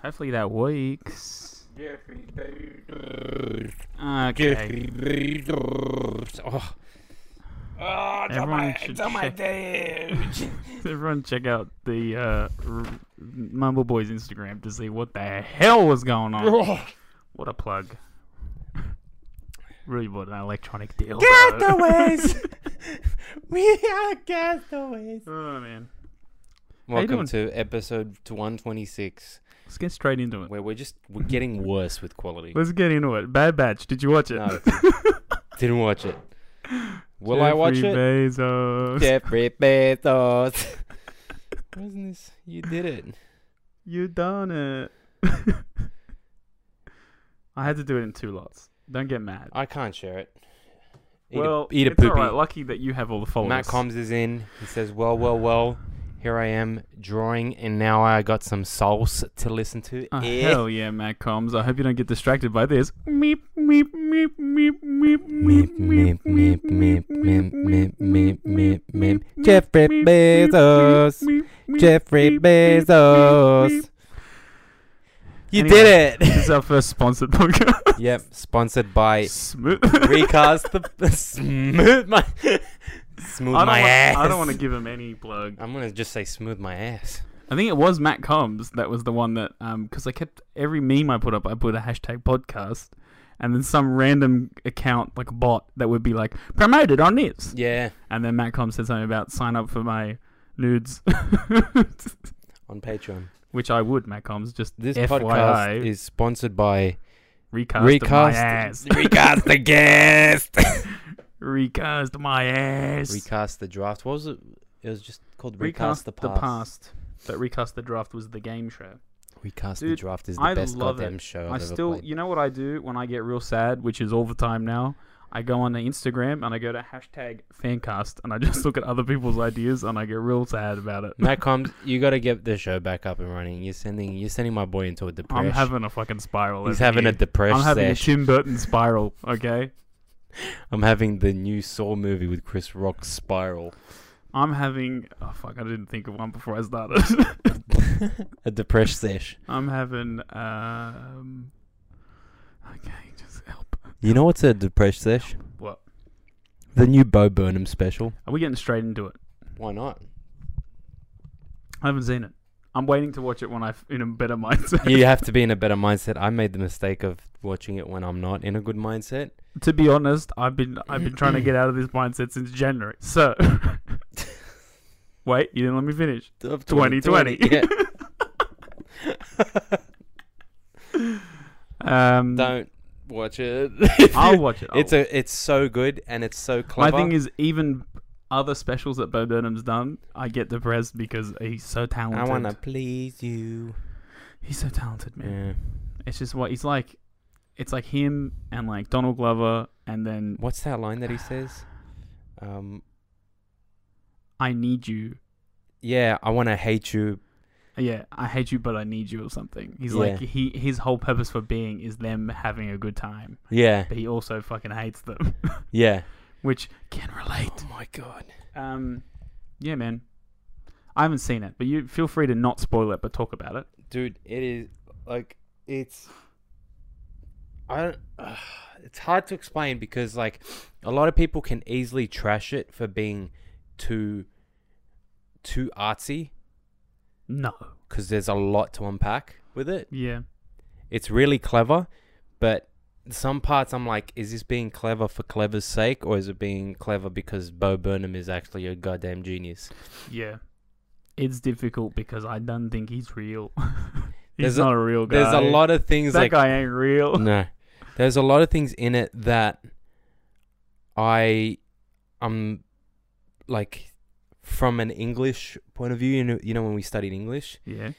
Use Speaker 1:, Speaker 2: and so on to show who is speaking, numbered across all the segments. Speaker 1: Hopefully that works.
Speaker 2: Jeffrey Bezos.
Speaker 1: Okay.
Speaker 2: Jeffrey Bezos. Oh. Oh, it's on
Speaker 1: Everyone
Speaker 2: my,
Speaker 1: should
Speaker 2: it's on my
Speaker 1: check-
Speaker 2: page.
Speaker 1: Everyone check out the uh, R- Mumble Boys Instagram to see what the hell was going on.
Speaker 2: Oh.
Speaker 1: What a plug. Really what an electronic deal.
Speaker 2: Castaways. we are castaways.
Speaker 1: oh man.
Speaker 3: Welcome
Speaker 1: doing?
Speaker 3: to episode 126,
Speaker 1: Let's get straight into it.
Speaker 3: where we're just we're getting worse with quality.
Speaker 1: Let's get into it. Bad Batch, did you watch it?
Speaker 3: No, didn't watch it. Will I
Speaker 1: Jeffrey
Speaker 3: watch it?
Speaker 1: Bezos.
Speaker 3: Jeffrey Bezos. Wasn't this? You did it.
Speaker 1: You done it. I had to do it in two lots. Don't get mad.
Speaker 3: I can't share it. Eat
Speaker 1: well,
Speaker 3: a, eat a
Speaker 1: it's
Speaker 3: poopy.
Speaker 1: all right. Lucky that you have all the followers.
Speaker 3: Matt Combs is in. He says, "Well, well, well. Here I am drawing, and now I got some sauce to listen to."
Speaker 1: Oh,
Speaker 3: Eh.
Speaker 1: Hell yeah, Matt Combs. I hope you don't get distracted by this. Meep, meep, meep, meep, meep, meep, meep, meep, meep, meep, meep, meep, meep, meep,
Speaker 3: Jeffrey
Speaker 1: meep, meep,
Speaker 3: Bezos.
Speaker 1: meep, meep,
Speaker 3: Jeffrey
Speaker 1: meep, meep, meep, meep.
Speaker 3: Bezos. You did
Speaker 1: This is
Speaker 3: it.
Speaker 1: our first sponsored podcast.
Speaker 3: yep, sponsored by
Speaker 1: Smooth.
Speaker 3: Recast the smooth my smooth
Speaker 1: I don't,
Speaker 3: my
Speaker 1: want,
Speaker 3: ass.
Speaker 1: I don't want to give him any plug.
Speaker 3: I'm gonna just say smooth my ass.
Speaker 1: I think it was Matt Combs that was the one that um because I kept every meme I put up I put a hashtag podcast and then some random account like a bot that would be like promoted on this
Speaker 3: Yeah,
Speaker 1: and then Matt Combs said something about sign up for my nudes
Speaker 3: on Patreon.
Speaker 1: which I would Matt Combs just
Speaker 3: This
Speaker 1: FYI
Speaker 3: podcast is sponsored by
Speaker 1: recast, my ass
Speaker 3: Recast. Recast the guest.
Speaker 1: recast my ass
Speaker 3: recast the draft. What was it? It was just called
Speaker 1: Recast
Speaker 3: recast, the past.
Speaker 1: but recast the draft was the game show
Speaker 3: Recast the
Speaker 1: Dude,
Speaker 3: draft is the
Speaker 1: I
Speaker 3: best
Speaker 1: love
Speaker 3: goddamn
Speaker 1: it.
Speaker 3: show
Speaker 1: I
Speaker 3: I've ever
Speaker 1: still,
Speaker 3: played.
Speaker 1: you know what I do when I get real sad, which is all the time now. I go on the Instagram and I go to hashtag fancast and I just look at other people's ideas and I get real sad about it.
Speaker 3: Matt Combs, you got to get the show back up and running. You're sending you're sending my boy into a depression.
Speaker 1: I'm having a fucking spiral.
Speaker 3: He's
Speaker 1: over
Speaker 3: having a
Speaker 1: here.
Speaker 3: depression.
Speaker 1: I'm
Speaker 3: I'm,
Speaker 1: having a Tim Burton spiral. Okay,
Speaker 3: I'm having the new Saw movie with Chris Rock spiral.
Speaker 1: I'm having. Oh fuck! I didn't think of one before I started.
Speaker 3: a depression sesh.
Speaker 1: I'm having. Um, okay, just help.
Speaker 3: You know what's a depression sesh?
Speaker 1: What?
Speaker 3: The new Bo Burnham special.
Speaker 1: Are we getting straight into it?
Speaker 3: Why not?
Speaker 1: I haven't seen it. I'm waiting to watch it when I'm in a better mindset.
Speaker 3: you have to be in a better mindset. I made the mistake of watching it when I'm not in a good mindset.
Speaker 1: to be honest, I've been I've been trying to get out of this mindset since January. So wait, you didn't let me finish.
Speaker 3: Of
Speaker 1: 2020.
Speaker 3: Yeah.
Speaker 1: Um,
Speaker 3: Don't watch it.
Speaker 1: I'll watch it. I'll
Speaker 3: It's a it's so good and it's so
Speaker 1: my
Speaker 3: clever.
Speaker 1: thing is even other specials that Bo Burnham's done, I get depressed because he's so
Speaker 3: I
Speaker 1: talented.
Speaker 3: want to please you.
Speaker 1: He's so talented, man.
Speaker 3: Yeah.
Speaker 1: It's just what he's like. It's like him and like Donald Glover, and then
Speaker 3: What's that line that he says? Um,
Speaker 1: I need you.
Speaker 3: yeah, I want to hate you.
Speaker 1: Yeah, I hate you, but I need you, or something. He's
Speaker 3: Yeah.
Speaker 1: like he his whole purpose for being is them having a good time,
Speaker 3: Yeah,
Speaker 1: but he also fucking hates them,
Speaker 3: yeah.
Speaker 1: which can relate.
Speaker 3: Oh my god.
Speaker 1: Um, yeah, man. I haven't seen it, but you feel free to not spoil it, but talk about it.
Speaker 3: dude it is like it's i don't it's hard to explain because like a lot of people can easily trash it for being too too artsy
Speaker 1: No.
Speaker 3: because there's a lot to unpack with it
Speaker 1: Yeah.
Speaker 3: it's really clever but some parts i'm like is this being clever for clever's sake or is it being clever because bo burnham is actually a goddamn genius
Speaker 1: Yeah. It's difficult because I don't think he's real. he's
Speaker 3: There's a-
Speaker 1: not a, real guy.
Speaker 3: there's a lot of things
Speaker 1: That
Speaker 3: like
Speaker 1: guy ain't real.
Speaker 3: no. There's a lot of things in it that I I'm like from an English point of view, you know, you know when we studied English,
Speaker 1: Yeah.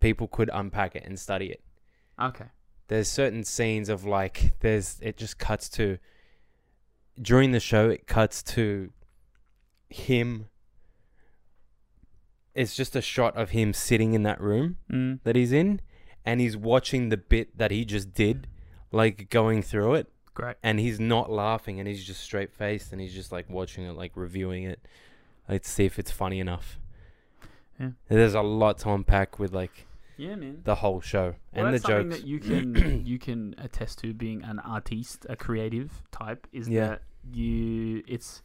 Speaker 3: people could unpack it and study it.
Speaker 1: Okay.
Speaker 3: There's certain scenes of like there's it just cuts to during the show it cuts to him it's just a shot of him sitting in that room
Speaker 1: Mm.
Speaker 3: that he's in and he's watching the bit that he just did like going through it
Speaker 1: Great.
Speaker 3: and he's not laughing and he's just straight faced and he's just like watching it like reviewing it let's see if it's funny enough
Speaker 1: Yeah.
Speaker 3: there's a lot to unpack with like
Speaker 1: Yeah, man.
Speaker 3: the whole show
Speaker 1: Well,
Speaker 3: and the
Speaker 1: that's something
Speaker 3: jokes.
Speaker 1: that you can you can attest to being an artiste, a creative type, is
Speaker 3: Yeah.
Speaker 1: that you it's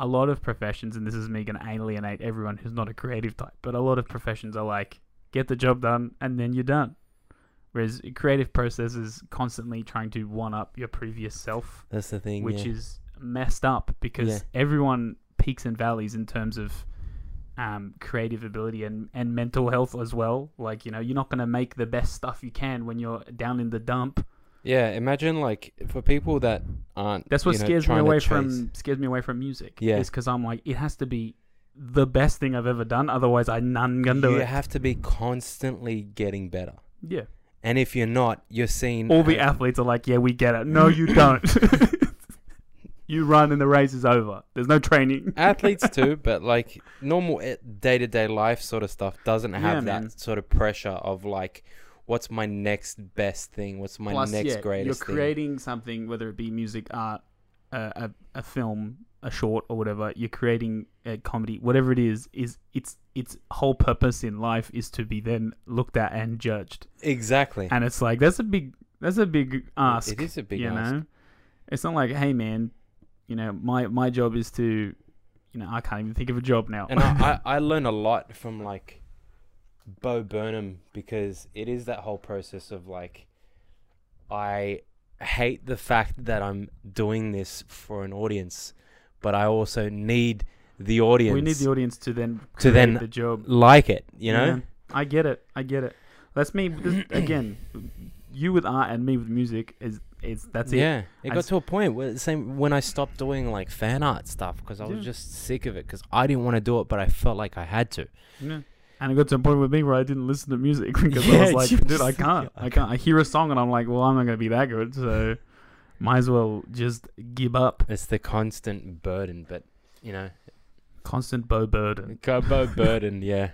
Speaker 1: a lot of professions, and this is me going to alienate everyone who's not a creative type, but a lot of professions are like get the job done and then you're done. Whereas a creative process is constantly trying to one up your previous self,
Speaker 3: That's the thing.
Speaker 1: which
Speaker 3: yeah.
Speaker 1: is messed up because
Speaker 3: Yeah.
Speaker 1: everyone peaks and valleys in terms of um, creative ability and, and mental health as well. Like, you know, you're not going to make the best stuff you can when you're down in the dump.
Speaker 3: yeah, imagine like for people that aren't.
Speaker 1: That's what
Speaker 3: you know,
Speaker 1: scares me
Speaker 3: trying to
Speaker 1: away
Speaker 3: chase-
Speaker 1: from scares me away from music.
Speaker 3: Yeah.
Speaker 1: is because I'm like, it has to be the best thing I've ever done. Otherwise, I none gonna do
Speaker 3: You
Speaker 1: it.
Speaker 3: have to be constantly getting better,
Speaker 1: yeah,
Speaker 3: and if you're not, you're seen.
Speaker 1: all the
Speaker 3: as-
Speaker 1: athletes are like, yeah, we get it. No, you don't. you run and the race is over. There's no training.
Speaker 3: athletes too, but like normal day to day life sort of stuff doesn't
Speaker 1: Yeah,
Speaker 3: have
Speaker 1: man.
Speaker 3: that sort of pressure of like, what's my next best thing? What's my
Speaker 1: Plus,
Speaker 3: next
Speaker 1: yeah,
Speaker 3: greatest
Speaker 1: You're
Speaker 3: thing?
Speaker 1: creating something, whether it be music, art, uh, a a film, a short, or whatever. You're creating a comedy, whatever it is. Is its its whole purpose in life is to be then looked at and judged.
Speaker 3: Exactly.
Speaker 1: And it's like that's a big that's a big ask.
Speaker 3: it is a big
Speaker 1: you
Speaker 3: ask.
Speaker 1: know, it's not like hey man, you know my my job is to, you know I can't even think of a job now.
Speaker 3: and I, I, I learn a lot from like Bo Burnham because it is that whole process of like I hate the fact that I'm doing this for an audience, but I also need the audience,
Speaker 1: we need the audience to then
Speaker 3: To
Speaker 1: create
Speaker 3: then
Speaker 1: the job.
Speaker 3: like it, you know?
Speaker 1: Yeah, I get it. I get it. That's me this, again. You with art and me with music is is that's it.
Speaker 3: yeah, it
Speaker 1: I
Speaker 3: got
Speaker 1: s-
Speaker 3: to a point where the same when I stopped doing like fan art stuff because I was
Speaker 1: Yeah.
Speaker 3: just sick of it because I didn't want to do it, but I felt like I had to.
Speaker 1: Yeah. And it got to a point with me where I didn't listen to music because I
Speaker 3: Yeah,
Speaker 1: was like,
Speaker 3: you
Speaker 1: dude,
Speaker 3: just-
Speaker 1: I can't. I can't. I hear a song and I'm like, well, I'm not gonna be that good, so might as well just give up.
Speaker 3: It's the constant burden, but you know,
Speaker 1: Constant bow burden.
Speaker 3: combo burden, yeah.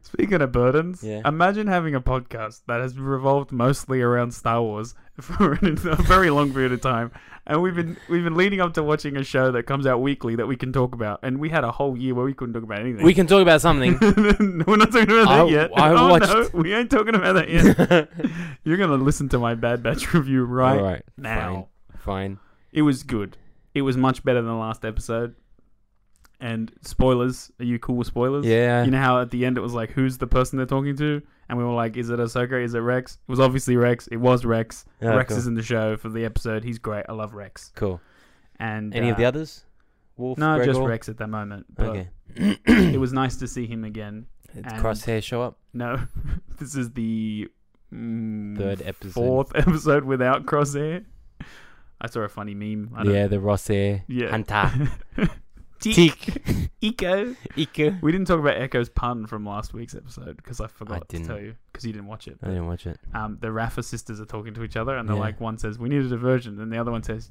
Speaker 1: Speaking of burdens,
Speaker 3: Yeah.
Speaker 1: imagine having a podcast that has revolved mostly around Star Wars for an- a very long period of time, and we've been we've been leading up to watching a show that comes out weekly that we can talk about, and we had a whole year where we couldn't talk about anything.
Speaker 3: We can talk about something.
Speaker 1: We're not talking about that
Speaker 3: I-
Speaker 1: yet.
Speaker 3: I
Speaker 1: oh,
Speaker 3: watched-
Speaker 1: no, we ain't talking about that yet. You're gonna listen to my Bad Batch review right,
Speaker 3: All right.
Speaker 1: now.
Speaker 3: Fine.
Speaker 1: It was good. It was much better than the last episode. And spoilers, are you cool with spoilers?
Speaker 3: Yeah.
Speaker 1: You know how at the end it was like, who's the person they're talking to? And we were like, is it Ahsoka? Is it Rex? It was obviously Rex. It was Rex.
Speaker 3: Yeah,
Speaker 1: Rex
Speaker 3: cool.
Speaker 1: is in the show for the episode. He's great. I love Rex.
Speaker 3: cool.
Speaker 1: And
Speaker 3: Any of
Speaker 1: uh,
Speaker 3: the others? Wolf.
Speaker 1: No, just
Speaker 3: Gregor?
Speaker 1: Rex at the moment. But
Speaker 3: Okay.
Speaker 1: it was nice to see him again.
Speaker 3: Did
Speaker 1: and-
Speaker 3: Crosshair show up.
Speaker 1: No, this is the mm,
Speaker 3: Third episode.
Speaker 1: fourth episode without Crosshair. I saw a funny meme. I don't,
Speaker 3: Yeah, the Rosshair.
Speaker 1: Yeah.
Speaker 3: Hunter.
Speaker 1: Teak. Eco.
Speaker 3: Ika.
Speaker 1: We didn't talk about Echo's pun from last week's episode because I forgot
Speaker 3: didn't.
Speaker 1: to tell you because you didn't watch it.
Speaker 3: I didn't watch it.
Speaker 1: Um, the Rafa sisters are talking to each other and they're
Speaker 3: Yeah.
Speaker 1: like, one says, "We need a diversion," and the other one says,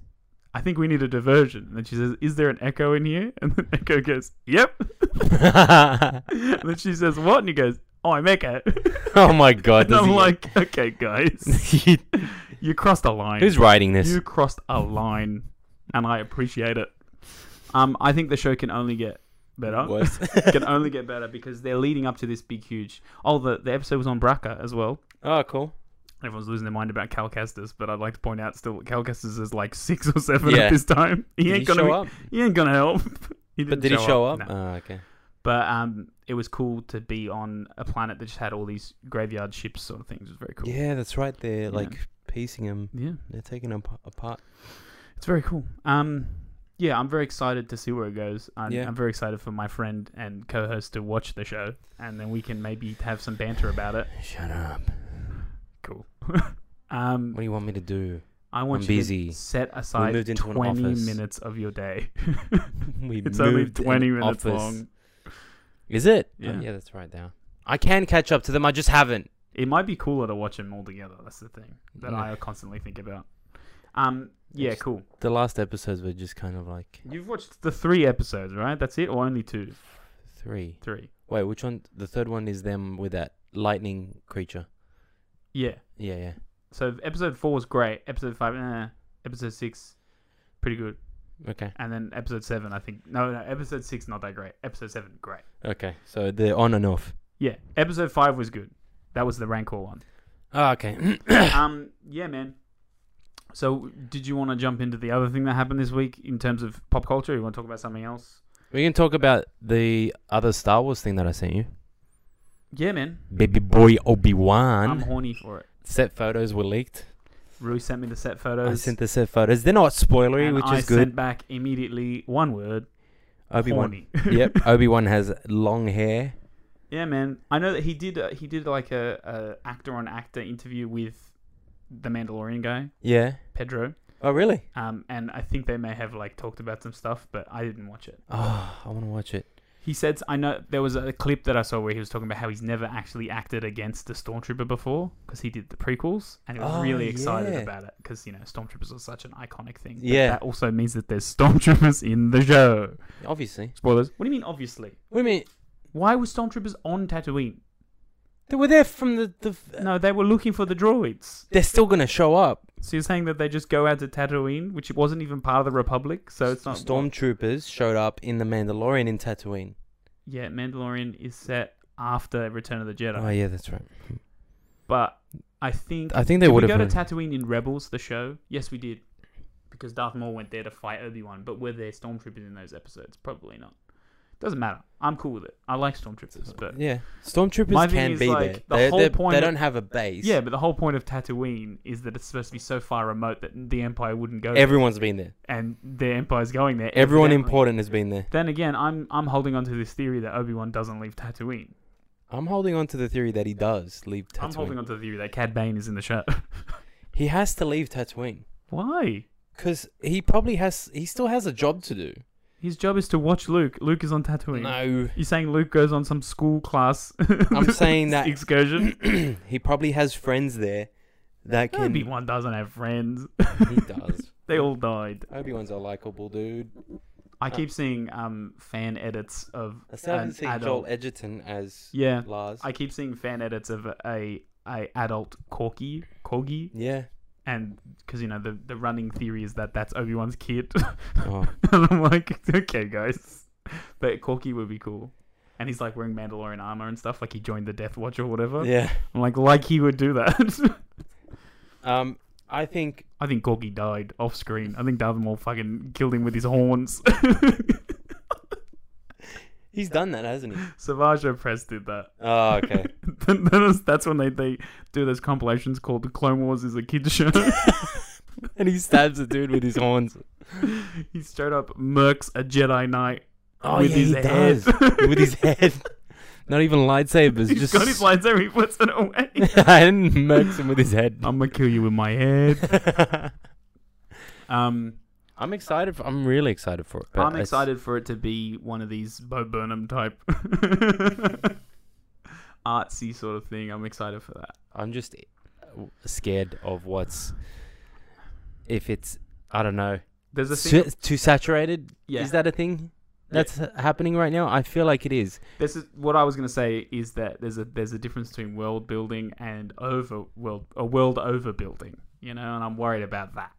Speaker 1: "I think we need a diversion." And then she says, "Is there an echo in here?" And then Echo goes, "Yep." and then she says, "What?" And he goes, "Oh, I'm Echo."
Speaker 3: oh my god.
Speaker 1: and
Speaker 3: does
Speaker 1: I'm
Speaker 3: he-
Speaker 1: like, "Okay, guys, you crossed a line."
Speaker 3: Who's writing this?
Speaker 1: You crossed a line, and I appreciate it. Um, I think the show can only get better.
Speaker 3: Worse.
Speaker 1: can only get better because they're leading up to this big, huge. Oh, the, the episode was on Braca as well.
Speaker 3: oh, cool.
Speaker 1: Everyone's losing their mind about Cal Kestis, but I'd like to point out still, Cal Kestis is like six or seven
Speaker 3: Yeah.
Speaker 1: at this time. He
Speaker 3: Did
Speaker 1: ain't
Speaker 3: he
Speaker 1: gonna.
Speaker 3: show
Speaker 1: be-
Speaker 3: up?
Speaker 1: He ain't gonna help. He didn't
Speaker 3: But did he show up?
Speaker 1: No.
Speaker 3: Oh, okay.
Speaker 1: But um, it was cool to be on a planet that just had all these graveyard ships sort of things. It was very cool.
Speaker 3: Yeah, that's right. They're
Speaker 1: Yeah.
Speaker 3: like piecing him.
Speaker 1: yeah.
Speaker 3: They're taking him ap- apart.
Speaker 1: It's very cool. Um, yeah, I'm very excited to see where it goes. I'm,
Speaker 3: Yeah.
Speaker 1: I'm very excited for my friend and co-host to watch the show, and then we can maybe have some banter about it.
Speaker 3: Shut up.
Speaker 1: Cool. um,
Speaker 3: What do you want me to do?
Speaker 1: I want
Speaker 3: I'm
Speaker 1: you
Speaker 3: busy.
Speaker 1: to set aside
Speaker 3: moved into an
Speaker 1: 20
Speaker 3: office.
Speaker 1: minutes of your day.
Speaker 3: We
Speaker 1: it's only
Speaker 3: moved an
Speaker 1: 20 minutes
Speaker 3: office.
Speaker 1: long.
Speaker 3: Is it? Oh,
Speaker 1: Yeah.
Speaker 3: yeah, that's right now. I can catch up to them. I just haven't.
Speaker 1: It might be cooler to watch them all together. That's the thing that
Speaker 3: Yeah.
Speaker 1: I constantly think about. Um, yeah,
Speaker 3: Just-
Speaker 1: cool.
Speaker 3: The last episodes were just kind of like
Speaker 1: You've watched the three episodes, right? That's it, or only two,
Speaker 3: three.
Speaker 1: three?
Speaker 3: Wait, which one? The third one is them with that lightning creature.
Speaker 1: Yeah.
Speaker 3: Yeah, yeah.
Speaker 1: So episode four was great. Episode five, eh. episode six, pretty good.
Speaker 3: Okay,
Speaker 1: And then episode seven, I think. No, no, episode six not that great. Episode seven, great.
Speaker 3: okay. So they're on and off.
Speaker 1: Yeah, episode five was good. That was the Rancor one. Ah,
Speaker 3: Oh, okay.
Speaker 1: um, yeah, man. So, did you want to jump into the other thing that happened this week in terms of pop culture? You want to talk about something else?
Speaker 3: we can talk about the other Star Wars thing that I sent you.
Speaker 1: Yeah, man.
Speaker 3: Baby boy Obi
Speaker 1: I'm
Speaker 3: Wan.
Speaker 1: horny for it.
Speaker 3: Set photos were leaked.
Speaker 1: Rui sent me the set
Speaker 3: I
Speaker 1: photos.
Speaker 3: sent the set photos. They're not spoilery,
Speaker 1: and
Speaker 3: which
Speaker 1: I
Speaker 3: is good.
Speaker 1: sent back immediately one word.
Speaker 3: Obi Wan.
Speaker 1: horny.
Speaker 3: yep. Obi Wan has long hair.
Speaker 1: Yeah, man. I know that he did. Uh, he did like a, a actor on actor interview with the Mandalorian guy
Speaker 3: Yeah.
Speaker 1: Pedro.
Speaker 3: Oh, really?
Speaker 1: Um, and I think they may have like talked about some stuff, but I didn't watch it.
Speaker 3: Oh, I want to watch it.
Speaker 1: He said, I know there was a clip that I saw where he was talking about how he's never actually acted against a stormtrooper before because he did the prequels and he was
Speaker 3: Oh,
Speaker 1: really excited
Speaker 3: yeah.
Speaker 1: about it because, you know, stormtroopers are such an iconic thing. But
Speaker 3: Yeah.
Speaker 1: That also means that there's stormtroopers in the show.
Speaker 3: Obviously.
Speaker 1: Spoilers. What do you mean, obviously?
Speaker 3: What do you mean?
Speaker 1: Why were stormtroopers on Tatooine?
Speaker 3: They were there from the. the uh,
Speaker 1: No, they were looking for the droids.
Speaker 3: They're still going to show up.
Speaker 1: So you're saying that they just go out to Tatooine, which wasn't even part of the Republic, so it's not.
Speaker 3: Stormtroopers showed up in The Mandalorian in Tatooine.
Speaker 1: Yeah, Mandalorian is set after Return of the Jedi.
Speaker 3: Oh, yeah, that's right.
Speaker 1: But I think
Speaker 3: I think they
Speaker 1: Did
Speaker 3: would
Speaker 1: we go
Speaker 3: have.
Speaker 1: to Tatooine in Rebels, the show? Yes, we did, because Darth Maul went there to fight Obi Wan. But were there stormtroopers in those episodes? Probably not. Doesn't matter. I'm cool with it. I like stormtroopers, but
Speaker 3: yeah. Stormtroopers
Speaker 1: My thing
Speaker 3: can
Speaker 1: is,
Speaker 3: be
Speaker 1: like,
Speaker 3: there.
Speaker 1: the
Speaker 3: They-
Speaker 1: whole
Speaker 3: they,
Speaker 1: point
Speaker 3: they
Speaker 1: of-
Speaker 3: don't have a base.
Speaker 1: yeah. But the whole point of Tatooine is that it's supposed to be so far remote that the Empire wouldn't go. there,
Speaker 3: Everyone's been there.
Speaker 1: and the Empire's going there.
Speaker 3: Everyone
Speaker 1: evidently.
Speaker 3: important has been there.
Speaker 1: Then again, I'm I'm holding on to this theory that Obi Wan doesn't leave Tatooine.
Speaker 3: I'm holding on to the theory that he does leave Tatooine.
Speaker 1: I'm holding on to the theory that Cad Bane is in the show.
Speaker 3: He has to leave Tatooine
Speaker 1: Why?
Speaker 3: because he probably has. He still has a job to do.
Speaker 1: His job is to watch Luke. Luke is on Tatooine.
Speaker 3: No,
Speaker 1: You're saying Luke goes on some school class?
Speaker 3: I'm saying that-
Speaker 1: excursion.
Speaker 3: he probably has friends there that can.
Speaker 1: Obi Wan doesn't have friends.
Speaker 3: He does.
Speaker 1: they all died.
Speaker 3: Obi Wan's a likable dude.
Speaker 1: I keep seeing um fan edits of
Speaker 3: Ah. I still haven't
Speaker 1: an
Speaker 3: seen
Speaker 1: adult.
Speaker 3: Joel Edgerton as
Speaker 1: yeah,
Speaker 3: Lars.
Speaker 1: I keep seeing fan edits of a a adult corgi corgi,
Speaker 3: Yeah.
Speaker 1: and because you know the the running theory is that that's Obi Wan's kid,
Speaker 3: Oh.
Speaker 1: and I'm like, okay, guys, but corgi would be cool. And he's like wearing Mandalorian armor and stuff, like he joined the Death Watch or whatever.
Speaker 3: Yeah.
Speaker 1: I'm like, like he would do that.
Speaker 3: Um, I think
Speaker 1: I think Corgi died off screen. I think Darth Maul fucking killed him with his horns.
Speaker 3: he's done that, hasn't he?
Speaker 1: Savage Press did that.
Speaker 3: Oh, okay.
Speaker 1: Then- then it's- That's when they, they do those compilations called The Clone Wars is a Kid's Show.
Speaker 3: and he stabs a dude with his horns.
Speaker 1: he straight up murks a Jedi Knight
Speaker 3: Oh,
Speaker 1: with
Speaker 3: yeah,
Speaker 1: his
Speaker 3: he
Speaker 1: head.
Speaker 3: does. with his head. Not even lightsabers.
Speaker 1: He's
Speaker 3: just
Speaker 1: got his lightsaber, he puts it away.
Speaker 3: and murks him with his head.
Speaker 1: I'm going to kill you with my head. Oh. Um,
Speaker 3: I'm excited. For, I'm really excited for it. but
Speaker 1: I'm
Speaker 3: it's-
Speaker 1: excited for it to be one of these Bo Burnham type artsy sort of thing. I'm excited for that.
Speaker 3: I'm just uh, scared of what's if it's I don't know
Speaker 1: There's a thing.
Speaker 3: Su- too saturated.
Speaker 1: Yeah.
Speaker 3: Is that a thing that's happening right now? I feel like it is.
Speaker 1: This is what I was going to say is that there's a there's a difference between world building and over world a world over building, you know, and I'm worried about that.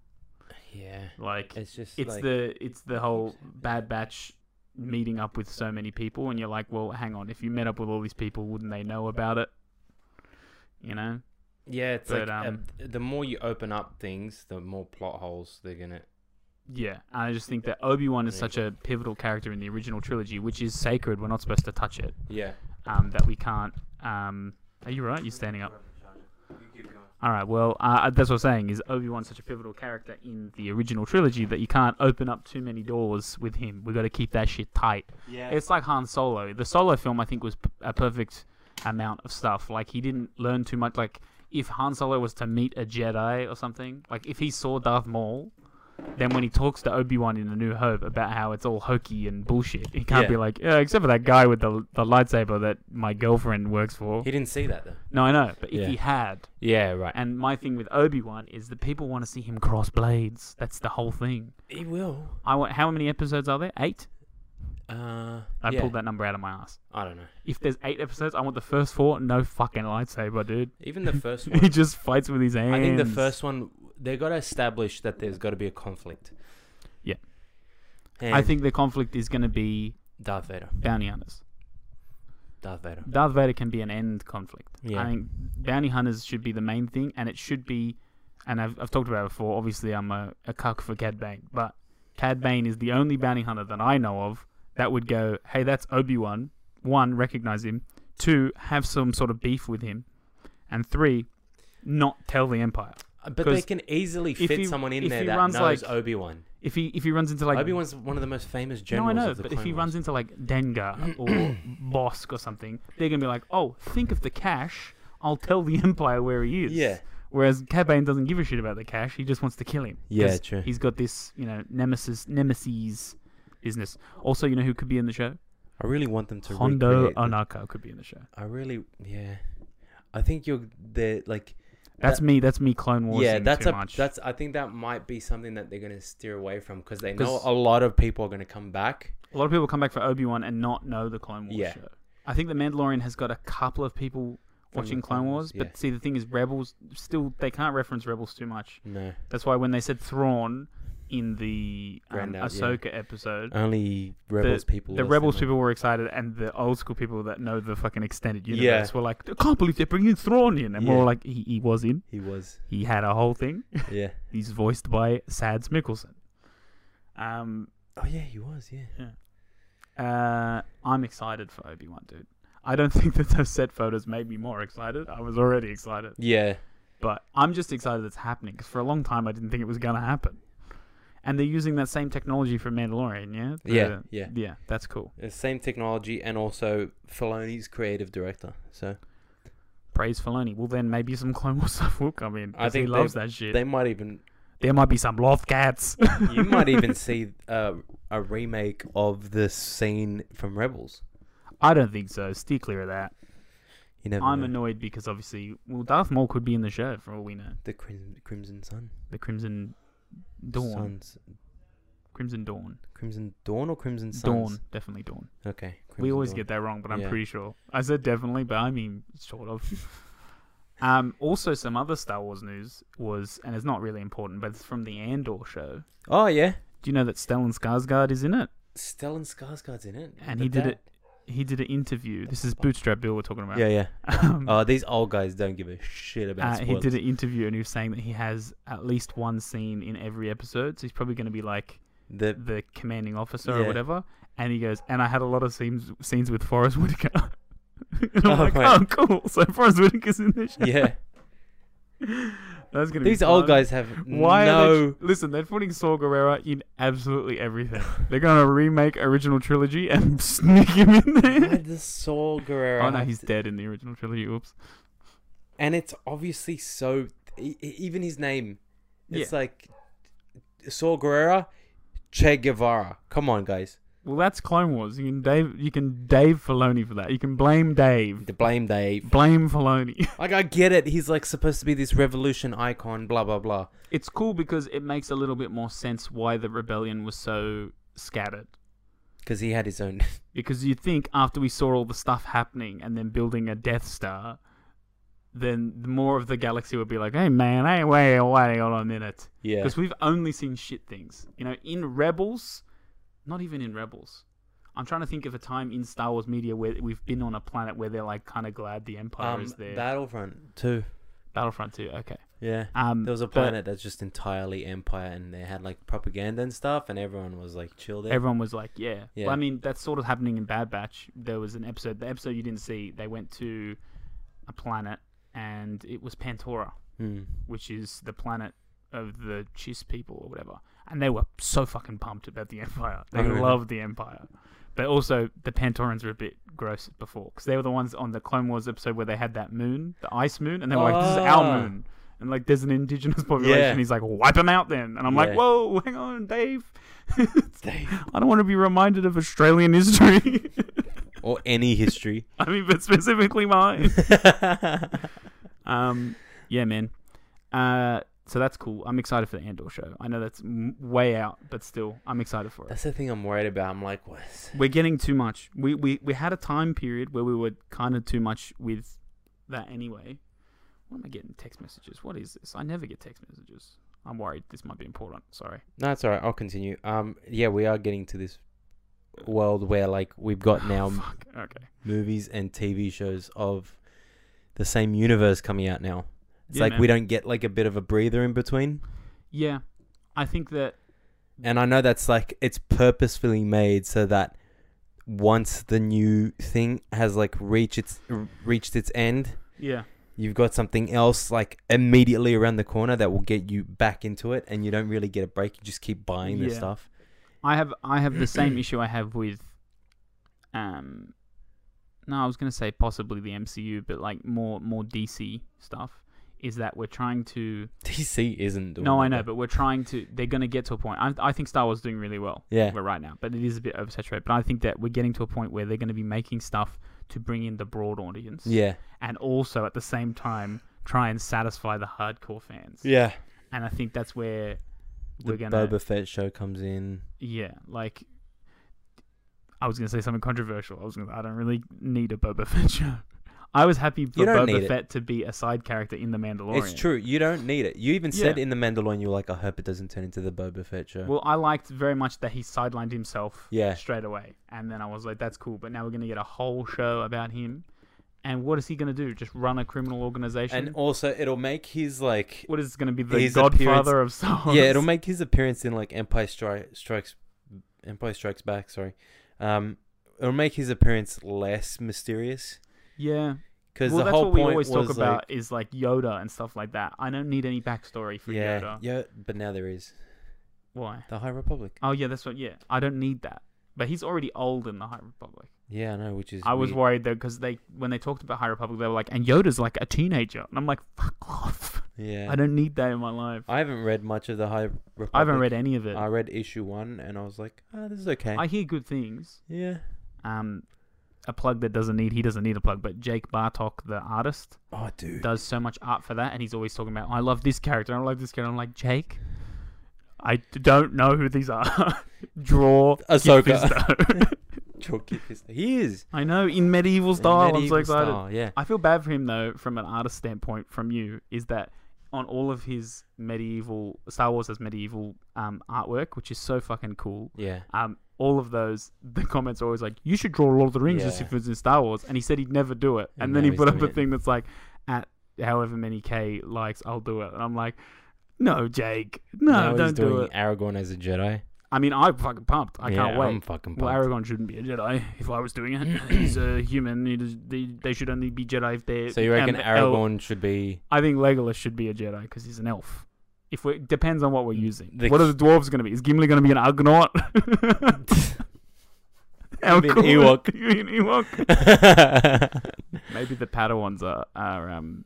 Speaker 3: Yeah.
Speaker 1: Like it's,
Speaker 3: It's just like,
Speaker 1: the it's the whole bad batch meeting up with so many people and you're like, "Well, hang on, if you met up with all these people, wouldn't they know about it?" You know?
Speaker 3: yeah. It's
Speaker 1: but,
Speaker 3: like uh,
Speaker 1: um,
Speaker 3: the more you open up things, the more plot holes they're gonna.
Speaker 1: Yeah. And I just think that Obi-Wan is such a pivotal character in the original trilogy, which is sacred. We're not supposed to touch it.
Speaker 3: Yeah.
Speaker 1: um, that we can't. Um, are you right? You're standing up. All right. Well, uh, that's what I'm saying. Is Obi Wan's such a pivotal character in the original trilogy that you can't open up too many doors with him. We got to keep that shit tight.
Speaker 3: Yeah.
Speaker 1: It's like Han Solo. The Solo film, I think, was p- a perfect amount of stuff. Like he didn't learn too much. Like if Han Solo was to meet a Jedi or something, like if he saw Darth Maul. Then when he talks to Obi Wan in A New Hope about how it's all hokey and bullshit, he can't
Speaker 3: Yeah.
Speaker 1: be like, yeah, except for that guy with the the lightsaber that my girlfriend works for.
Speaker 3: he didn't see that though.
Speaker 1: No, I know, but if
Speaker 3: Yeah.
Speaker 1: he had,
Speaker 3: Yeah. Right.
Speaker 1: and my thing with Obi Wan is that people want to see him cross blades. That's the whole thing.
Speaker 3: He will.
Speaker 1: I want. How many episodes are there? Eight.
Speaker 3: Uh.
Speaker 1: I
Speaker 3: yeah.
Speaker 1: pulled that number out of my ass.
Speaker 3: I don't know.
Speaker 1: If there's eight episodes, I want the first four. No fucking lightsaber, dude.
Speaker 3: Even the first
Speaker 1: He
Speaker 3: one.
Speaker 1: just fights with his hands.
Speaker 3: I think the first one they got to establish that there's got to be a conflict.
Speaker 1: Yeah.
Speaker 3: And
Speaker 1: I think the conflict is going to be
Speaker 3: Darth Vader.
Speaker 1: bounty hunters.
Speaker 3: Darth Vader.
Speaker 1: Darth Vader can be an end conflict.
Speaker 3: Yeah.
Speaker 1: I think bounty hunters should be the main thing, and it should be. And I've, I've talked about it before. Obviously, I'm a, a cuck for Cad Bane, but Cad Bane is the only bounty hunter that I know of that would go, "Hey, that's Obi Wan." One, recognize him. Two, have some sort of beef with him, and three, not tell the Empire.
Speaker 3: Uh, But they
Speaker 1: 'Cause
Speaker 3: can easily
Speaker 1: if
Speaker 3: fit
Speaker 1: he-
Speaker 3: someone in
Speaker 1: if
Speaker 3: there
Speaker 1: he
Speaker 3: that
Speaker 1: runs,
Speaker 3: knows
Speaker 1: like-
Speaker 3: Obi Wan.
Speaker 1: If he if he runs into like
Speaker 3: Obi Wan's one of the most famous
Speaker 1: no, I
Speaker 3: generals.
Speaker 1: know,
Speaker 3: of the
Speaker 1: but
Speaker 3: Clone
Speaker 1: if he
Speaker 3: Wars.
Speaker 1: runs into like Dengar or Bosk or something, they're gonna be like, "Oh, think of the cash. I'll tell the Empire where he is."
Speaker 3: Yeah.
Speaker 1: Whereas Cad Bane doesn't give a shit about the cash; he just wants to kill him.
Speaker 3: Yeah,
Speaker 1: 'Cause
Speaker 3: true.
Speaker 1: He's got this, you know, nemesis, nemesis business. Also, you know who could be in the show?
Speaker 3: I really want them to
Speaker 1: Hondo
Speaker 3: recreate the-
Speaker 1: Onaka could be in the show.
Speaker 3: I really, yeah. I think you're the like.
Speaker 1: That's
Speaker 3: That-
Speaker 1: me. That's me. Clone Wars.
Speaker 3: yeah, that's
Speaker 1: too
Speaker 3: a
Speaker 1: much.
Speaker 3: that's. I think that might be something that they're gonna steer away from because they know
Speaker 1: 'Cause-
Speaker 3: a lot of people are gonna come back.
Speaker 1: a lot of people come back for Obi Wan and not know the Clone Wars
Speaker 3: Yeah.
Speaker 1: show. I think the Mandalorian has got a couple of people
Speaker 3: From the
Speaker 1: watching
Speaker 3: Clone
Speaker 1: Clone Wars,
Speaker 3: Wars, yeah.
Speaker 1: but see, the thing is, Rebels still they can't reference Rebels too much.
Speaker 3: No,
Speaker 1: That's why when they said Thrawn in the um,
Speaker 3: Grandad, yeah.
Speaker 1: Ahsoka episode,
Speaker 3: only rebels people.
Speaker 1: the
Speaker 3: was
Speaker 1: Rebels
Speaker 3: in
Speaker 1: people were excited, and the old school people that know the fucking extended universe
Speaker 3: Yeah.
Speaker 1: were like, "I can't believe they're bringing Thrawn in," and we're
Speaker 3: Yeah.
Speaker 1: all like, he, "He was in.
Speaker 3: it. He was.
Speaker 1: He had a whole thing.
Speaker 3: Yeah.
Speaker 1: He's voiced by Sads Mickelson." Um,
Speaker 3: oh yeah, he was. Yeah.
Speaker 1: uh, I'm excited for Obi Wan, dude. I don't think that those set photos made me more excited. I was already excited.
Speaker 3: Yeah.
Speaker 1: But I'm just excited it's happening because for a long time I didn't think it was going to happen. And they're using that same technology for Mandalorian, yeah? The-
Speaker 3: Yeah. Yeah.
Speaker 1: Yeah, that's cool.
Speaker 3: It's same technology and also Filoni's creative director. So
Speaker 1: Praise Filoni. Well, then maybe some Clone Wars stuff will come in.
Speaker 3: I
Speaker 1: 'cause
Speaker 3: think
Speaker 1: he
Speaker 3: they-
Speaker 1: loves that shit.
Speaker 3: they might even
Speaker 1: There might be some Loth cats.
Speaker 3: you might even see uh, a remake of this scene from Rebels.
Speaker 1: I don't think so. Steer clear of that.
Speaker 3: You never
Speaker 1: I'm
Speaker 3: know.
Speaker 1: annoyed because obviously, well, Darth Maul could be in the show for all we know.
Speaker 3: the Crim- Crimson Sun.
Speaker 1: The Crimson Dawn.
Speaker 3: Suns.
Speaker 1: Crimson Dawn.
Speaker 3: Crimson Dawn or Crimson Suns?
Speaker 1: Dawn. Definitely Dawn.
Speaker 3: Okay.
Speaker 1: we always get that wrong, but I'm
Speaker 3: Yeah.
Speaker 1: pretty sure. I said definitely, but I mean sort of. um, also, some other Star Wars news was, and it's not really important, but it's from the Andor show.
Speaker 3: Oh yeah.
Speaker 1: Do you know that Stellan Skarsgård is in it?
Speaker 3: Stellan Skarsgård's in it.
Speaker 1: And
Speaker 3: The
Speaker 1: he did
Speaker 3: dad.
Speaker 1: it. He did an interview. This is
Speaker 3: fuck?
Speaker 1: Bootstrap Bill we're talking about.
Speaker 3: Yeah, yeah.
Speaker 1: Um,
Speaker 3: Oh, these old guys don't give a shit about
Speaker 1: uh, he
Speaker 3: spoilers.
Speaker 1: did an interview and he was saying that he has at least one scene in every episode, so he's probably going to be like
Speaker 3: The
Speaker 1: the commanding officer or
Speaker 3: Yeah.
Speaker 1: whatever. And he goes, and I had a lot of scenes scenes with Forrest Whitaker. and I'm
Speaker 3: Oh,
Speaker 1: like,
Speaker 3: right.
Speaker 1: oh, cool. So Forrest Whitaker's in this. Show.
Speaker 3: yeah.
Speaker 1: That's gonna.
Speaker 3: these
Speaker 1: be
Speaker 3: old
Speaker 1: fun.
Speaker 3: guys have
Speaker 1: Why? Are they,
Speaker 3: no.
Speaker 1: listen, they're putting Saw Gerrera in absolutely everything. They're gonna remake original trilogy and sneak him in
Speaker 3: Why
Speaker 1: there.
Speaker 3: does Saul Guerrero?
Speaker 1: Oh no,
Speaker 3: have
Speaker 1: he's
Speaker 3: to-
Speaker 1: dead in the original trilogy. Oops.
Speaker 3: And it's obviously so. e- e- Even his name, it's like Saul Guerrero, Che Guevara. Come on, guys.
Speaker 1: Well, that's Clone Wars. You can Dave. You can Dave Filoni for that. You can blame Dave.
Speaker 3: The blame Dave.
Speaker 1: Blame Filoni.
Speaker 3: Like I get it. He's like supposed to be this revolution icon. Blah blah blah.
Speaker 1: it's cool because it makes a little bit more sense why the rebellion was so scattered.
Speaker 3: Because he had his own.
Speaker 1: Because you think after we saw all the stuff happening and then building a Death Star, then the more of the galaxy would be like, hey man, hey, wait, wait on a minute.
Speaker 3: yeah.
Speaker 1: Because we've only seen shit things. You know, in Rebels, not even in Rebels. I'm trying to think of a time in Star Wars media where we've been on a planet where they're like kind of glad the Empire
Speaker 3: Um,
Speaker 1: is there.
Speaker 3: Battlefront too.
Speaker 1: Battlefront 2, okay.
Speaker 3: Yeah.
Speaker 1: Um,
Speaker 3: There was a
Speaker 1: but
Speaker 3: planet that's just entirely empire, and they had like propaganda and stuff, and everyone was like chill there.
Speaker 1: Everyone was like, yeah.
Speaker 3: Yeah.
Speaker 1: Well, I mean, that's sort of happening in Bad Batch. There was an episode, the episode you didn't see, they went to a planet and it was Pantora.
Speaker 3: Hmm.
Speaker 1: which is the planet of the Chiss people or whatever. And they were so fucking pumped about the Empire. They
Speaker 3: Oh, really?
Speaker 1: loved the Empire. But also, the Pantorans were a bit gross before because they were the ones on the Clone Wars episode where they had that moon, the ice moon, and they were like, this is our
Speaker 3: Ah.
Speaker 1: moon. And like, there's an indigenous population.
Speaker 3: Yeah.
Speaker 1: He's like, wipe them out then. And I'm like,
Speaker 3: Yeah.
Speaker 1: whoa, hang on, Dave.
Speaker 3: Dave.
Speaker 1: I don't want to be reminded of Australian history.
Speaker 3: Or any history.
Speaker 1: I mean, but specifically mine.
Speaker 3: yeah.
Speaker 1: Um, yeah, man. Uh, so that's cool. I'm excited for the Andor show. I know that's m- way out, but still, I'm excited for it.
Speaker 3: That's the thing I'm worried about. I'm like, what? is-
Speaker 1: We're getting too much. We we, we had a time period where we were kind of too much with that anyway. What am I getting text messages? What is this? I never get text messages. I'm worried this might be important. Sorry.
Speaker 3: No, it's all right. I'll continue. Um, yeah, we are getting to this world where like we've got now
Speaker 1: Fuck. Okay.
Speaker 3: movies and TV shows of the same universe coming out now. It's
Speaker 1: Yeah,
Speaker 3: like we
Speaker 1: man.
Speaker 3: don't get like a bit of a breather in between.
Speaker 1: Yeah, I think that
Speaker 3: And I know that's like it's purposefully made so that once the new thing has like reached its r- reached its end,
Speaker 1: yeah,
Speaker 3: you've got something else like immediately around the corner that will get you back into it and you don't really get a break you just keep buying this
Speaker 1: Yeah.
Speaker 3: stuff
Speaker 1: I have I have the same issue I have with um no, I was going to say possibly the MCU, but like more more DC stuff is that we're trying to
Speaker 3: dc isn't doing
Speaker 1: No,
Speaker 3: that
Speaker 1: I know,
Speaker 3: though.
Speaker 1: but we're trying to they're going to get to a point. I I think Star Wars is doing really well.
Speaker 3: yeah
Speaker 1: We're right now, but it is a bit oversaturated, but I think that we're getting to a point where they're going to be making stuff to bring in the broad audience
Speaker 3: yeah
Speaker 1: and also at the same time try and satisfy the hardcore fans.
Speaker 3: yeah
Speaker 1: And I think that's where
Speaker 3: the
Speaker 1: we're going to
Speaker 3: boba fett show comes in
Speaker 1: yeah, like I was gonna say something controversial. I was gonna I don't really need a Boba Fett show. I was happy for
Speaker 3: You don't need
Speaker 1: Boba
Speaker 3: it.
Speaker 1: Fett to be a side character in The Mandalorian.
Speaker 3: it's true you don't need it you even
Speaker 1: Yeah.
Speaker 3: said in the mandalorian you were like i hope it doesn't turn into the boba fett show
Speaker 1: Well, I liked very much that he sidelined himself
Speaker 3: Yeah.
Speaker 1: straight away. And then I was like, that's cool, but now we're gonna get a whole show about him. And what is he gonna do? Just run a criminal organization?
Speaker 3: and also it'll make his like
Speaker 1: what is gonna be the
Speaker 3: his
Speaker 1: godfather of Star Wars?
Speaker 3: yeah it'll make his appearance in like empire Stri- strikes empire strikes back sorry um it'll make his appearance less mysterious
Speaker 1: Yeah.
Speaker 3: because
Speaker 1: well,
Speaker 3: the
Speaker 1: that's
Speaker 3: whole
Speaker 1: what we
Speaker 3: point
Speaker 1: always
Speaker 3: was
Speaker 1: talk about
Speaker 3: like,
Speaker 1: is like Yoda and stuff like that. I don't need any backstory for
Speaker 3: yeah,
Speaker 1: Yoda.
Speaker 3: Yeah, but now there is
Speaker 1: Why?
Speaker 3: the High Republic.
Speaker 1: Oh yeah, that's what. Yeah, I don't need that. But he's already old in the High Republic.
Speaker 3: Yeah, I know, which is
Speaker 1: I was
Speaker 3: weird.
Speaker 1: worried though because they when they talked about High Republic, they were like, and Yoda's like a teenager, and I'm like, fuck off.
Speaker 3: yeah.
Speaker 1: I don't need that in my life.
Speaker 3: I haven't read much of the High Republic.
Speaker 1: I haven't read any of it.
Speaker 3: I read issue one, and I was like, oh, this is okay.
Speaker 1: I hear good things.
Speaker 3: yeah.
Speaker 1: Um, a plug that doesn't need he doesn't need a plug, but Jake Bartok, the artist,
Speaker 3: Oh, dude.
Speaker 1: does so much art for that, and he's always talking about I love this character, I love this character. I'm like Jake. I d- don't know who these are. Draw
Speaker 3: Ahsoka.
Speaker 1: Ahsoka.
Speaker 3: Chalky fist. He is
Speaker 1: I know in medieval
Speaker 3: In
Speaker 1: style. I'm so
Speaker 3: medieval
Speaker 1: excited.
Speaker 3: style, Yeah.
Speaker 1: I feel bad for him though, from an artist standpoint, from you, is that on all of his medieval Star Wars as medieval um, artwork, which is so fucking cool.
Speaker 3: Yeah.
Speaker 1: Um, all of those, the comments are always like, "You should draw Lord of the Rings as
Speaker 3: Yeah.
Speaker 1: if it was in Star Wars," and he said he'd never do it, and,
Speaker 3: And
Speaker 1: then
Speaker 3: now
Speaker 1: he
Speaker 3: he's
Speaker 1: put up a
Speaker 3: doing it.
Speaker 1: thing that's like, "At however many k likes, I'll do it," and I'm like. No, Jake. No,
Speaker 3: now
Speaker 1: don't
Speaker 3: he's
Speaker 1: do
Speaker 3: doing
Speaker 1: it.
Speaker 3: Aragorn as a Jedi.
Speaker 1: I mean, I'm fucking pumped. I
Speaker 3: yeah,
Speaker 1: can't wait.
Speaker 3: I'm fucking
Speaker 1: Well,
Speaker 3: pumped.
Speaker 1: Aragon shouldn't be a Jedi. If I was doing it, he's a human. He does, they, they should only be Jedi if they're.
Speaker 3: so you reckon
Speaker 1: um, el-
Speaker 3: Aragorn should be?
Speaker 1: I think Legolas should be a Jedi because he's an elf. If we depends on what we're using.
Speaker 3: Mm. The-
Speaker 1: what are the dwarves going to be? Is Gimli going to be an Argonaut? How
Speaker 3: Be an
Speaker 1: cool would
Speaker 3: Ewok.
Speaker 1: it be an Ewok. Maybe the Padawans are are um,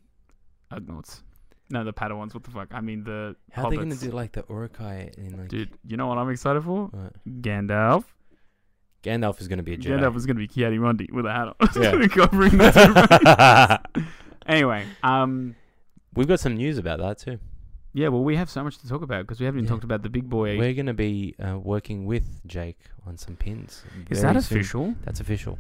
Speaker 1: Argonauts. No, the Padawans. What the fuck? I mean the
Speaker 3: How are they gonna
Speaker 1: Hobbits.
Speaker 3: do like the Urukai in like?
Speaker 1: Dude, you know what I'm excited for?
Speaker 3: what?
Speaker 1: Gandalf.
Speaker 3: Gandalf is gonna be a Jedi.
Speaker 1: Gandalf is going to be Kiadi Mundi with a hat on,
Speaker 3: Yeah.
Speaker 1: covering the two anyway, um,
Speaker 3: We've got some news about that too.
Speaker 1: yeah, well, we have so much to talk about because we haven't even
Speaker 3: Yeah.
Speaker 1: talked about the big boy.
Speaker 3: We're going to be uh, working with Jake on some pins.
Speaker 1: Is
Speaker 3: very
Speaker 1: that
Speaker 3: soon.
Speaker 1: official?
Speaker 3: That's official.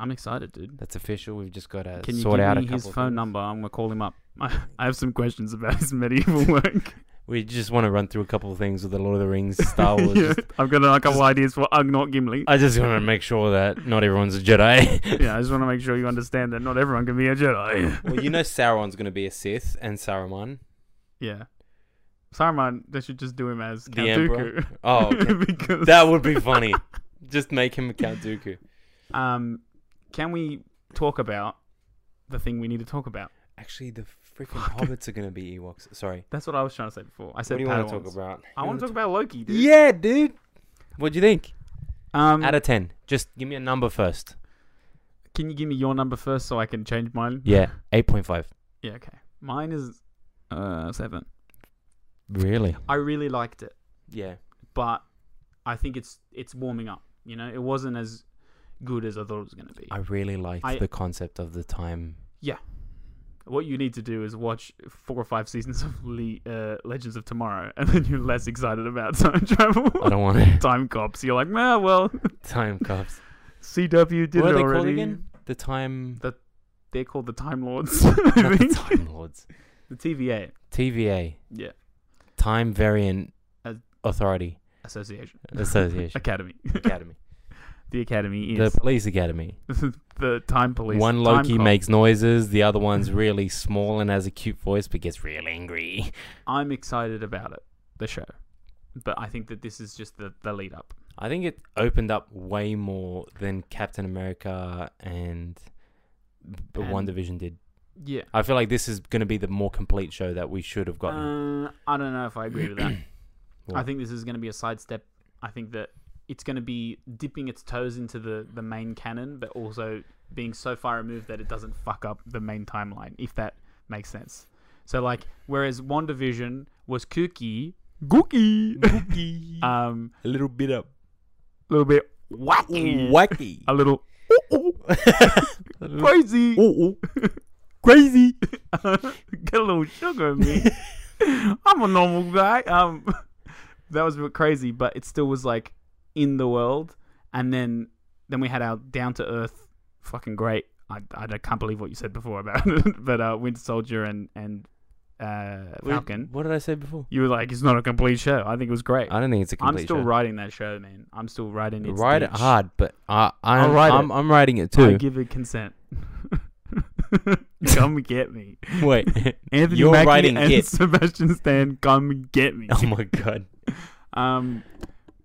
Speaker 1: I'm excited, dude.
Speaker 3: That's official. We've just got to
Speaker 1: Can you
Speaker 3: Uh, sort
Speaker 1: give
Speaker 3: out
Speaker 1: me
Speaker 3: a
Speaker 1: his
Speaker 3: couple of
Speaker 1: phone
Speaker 3: things.
Speaker 1: number? I'm gonna call him up. I, have some questions about his medieval work.
Speaker 3: We just want to run through a couple of things with the Lord of the Rings, Star Wars.
Speaker 1: Yeah,
Speaker 3: Just-
Speaker 1: I've got a couple
Speaker 3: just-
Speaker 1: ideas for Ugnaught Gimli.
Speaker 3: I just want to make sure that not everyone's a Jedi.
Speaker 1: yeah, I just want to make sure you understand that not everyone can be a Jedi.
Speaker 3: well, you know Sauron's going to be a Sith and Saruman.
Speaker 1: yeah, Saruman, they should just do him as Count
Speaker 3: The Emperor?
Speaker 1: Dooku.
Speaker 3: Oh, okay.
Speaker 1: because
Speaker 3: that would be funny. just make him Count Dooku.
Speaker 1: Um, can we talk about the thing we need to talk about?
Speaker 3: Actually, the freaking hobbits are going to be Ewoks. Sorry.
Speaker 1: That's what I was trying to say before. I said
Speaker 3: What do you want to talk
Speaker 1: Padawans.
Speaker 3: about?
Speaker 1: I want to talk about Loki, dude.
Speaker 3: Yeah, dude. What do you think?
Speaker 1: Um,
Speaker 3: Out of 10. Just give me a number first.
Speaker 1: can you give me your number first so I can change mine?
Speaker 3: Yeah, 8.5.
Speaker 1: Yeah. Okay. Mine is uh seven.
Speaker 3: Really?
Speaker 1: I really liked it,
Speaker 3: Yeah.
Speaker 1: but I think it's it's warming up. You know, it wasn't as good as I thought it was going to be.
Speaker 3: I really liked
Speaker 1: I-
Speaker 3: the concept of the time.
Speaker 1: What you need to do is watch four or five seasons of Le- uh, Legends of Tomorrow, and then you're less excited about time travel.
Speaker 3: I don't want to
Speaker 1: Time cops. You're like, nah, well,
Speaker 3: time cops.
Speaker 1: CW did it
Speaker 3: what are they called
Speaker 1: already.
Speaker 3: again? The time.
Speaker 1: They're called the Time Lords. I
Speaker 3: not the
Speaker 1: think.
Speaker 3: time lords.
Speaker 1: the TVA
Speaker 3: TVA.
Speaker 1: Yeah.
Speaker 3: Time variant
Speaker 1: As-
Speaker 3: authority
Speaker 1: Association
Speaker 3: association
Speaker 1: Academy.
Speaker 3: academy.
Speaker 1: the academy
Speaker 3: The
Speaker 1: is
Speaker 3: police academy.
Speaker 1: the, time police.
Speaker 3: One
Speaker 1: time
Speaker 3: Loki
Speaker 1: cop.
Speaker 3: makes noises, the other one's really small and has a cute voice but gets real angry.
Speaker 1: I'm excited about it, the show, but I think that this is just the the lead up.
Speaker 3: I think it opened up way more than Captain America and the
Speaker 1: And-
Speaker 3: One Division did.
Speaker 1: Yeah,
Speaker 3: I feel like this is going to be the more complete show that we should have gotten.
Speaker 1: Uh, I don't know if I agree with that. I
Speaker 3: What?
Speaker 1: think this is going to be a sidestep. I think that it's going to be dipping its toes into the, the main canon, but also being so far removed that it doesn't fuck up the main timeline, if that makes sense. So, like, whereas WandaVision was kooky, gooky, um,
Speaker 3: a little bit up
Speaker 1: a little bit wacky,
Speaker 3: wacky.
Speaker 1: a little crazy,
Speaker 3: Crazy.
Speaker 1: get a little sugar in me. I'm a normal guy. Um, that was a bit crazy, but it still was like in the world. And then, then we had our down to earth, fucking great. I, I don't- can't believe what you said before about it, but uh, Winter Soldier and and uh, Falcon.
Speaker 3: What did I say before?
Speaker 1: You were like, it's not a complete show. I think it was great.
Speaker 3: I don't think it's a
Speaker 1: I'm
Speaker 3: complete
Speaker 1: still
Speaker 3: show.
Speaker 1: writing that show, man. I'm still writing it.
Speaker 3: Write it hard, but I, I'm,
Speaker 1: I'll write it.
Speaker 3: I'm, I'm writing
Speaker 1: I
Speaker 3: it too.
Speaker 1: give it consent. Come get me.
Speaker 3: Wait.
Speaker 1: Anthony
Speaker 3: You're
Speaker 1: Mackie
Speaker 3: writing
Speaker 1: and
Speaker 3: it.
Speaker 1: Sebastian Stan, come get me.
Speaker 3: oh my god.
Speaker 1: Um,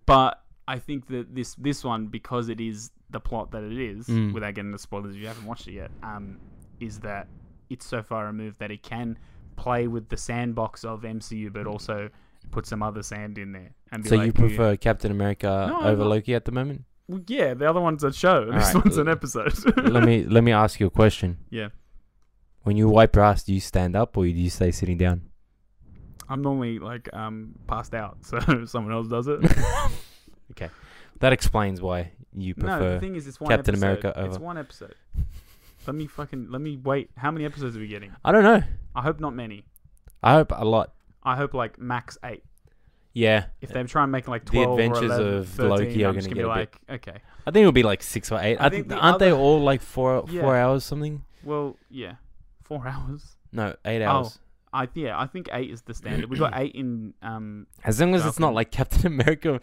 Speaker 1: but I think that this this one because it is the plot that it is,
Speaker 3: Mm.
Speaker 1: without getting the spoilers, if you haven't watched it yet. Um, is that it's so far removed that it can play with the sandbox of MCU, but also put some other sand in there. And be
Speaker 3: So
Speaker 1: like,
Speaker 3: you prefer Captain America
Speaker 1: No, I'm
Speaker 3: over
Speaker 1: not-
Speaker 3: Loki at the moment?
Speaker 1: Well, yeah, the other one's a show. This
Speaker 3: Alright.
Speaker 1: one's an episode.
Speaker 3: let me let me ask you a question.
Speaker 1: Yeah.
Speaker 3: When you wipe your ass, do you stand up or do you stay sitting down?
Speaker 1: I'm normally like um passed out, so someone else does it.
Speaker 3: okay. That explains why you
Speaker 1: No,
Speaker 3: prefer
Speaker 1: the thing is, it's one
Speaker 3: Captain
Speaker 1: episode.
Speaker 3: America
Speaker 1: It's
Speaker 3: over-
Speaker 1: one episode. Let me fucking let me wait. How many episodes are we getting?
Speaker 3: I don't know.
Speaker 1: I hope not many.
Speaker 3: I hope a lot.
Speaker 1: I hope like max eight.
Speaker 3: Yeah.
Speaker 1: If they try and make like
Speaker 3: The
Speaker 1: twelve or
Speaker 3: Adventures
Speaker 1: 11,
Speaker 3: of
Speaker 1: 13,
Speaker 3: Loki are
Speaker 1: I'm just
Speaker 3: gonna
Speaker 1: gonna be
Speaker 3: get a
Speaker 1: like, okay,
Speaker 3: I think it'll be like six or eight.
Speaker 1: I
Speaker 3: I,
Speaker 1: think
Speaker 3: think,
Speaker 1: the
Speaker 3: aren't they
Speaker 1: other-
Speaker 3: all like four
Speaker 1: Yeah.
Speaker 3: four hours something?
Speaker 1: well, yeah, four hours.
Speaker 3: No, eight
Speaker 1: Oh.
Speaker 3: hours.
Speaker 1: I yeah, I think eight is the standard. we got eight in um.
Speaker 3: As long as it's not
Speaker 1: Falcon.
Speaker 3: like Captain America,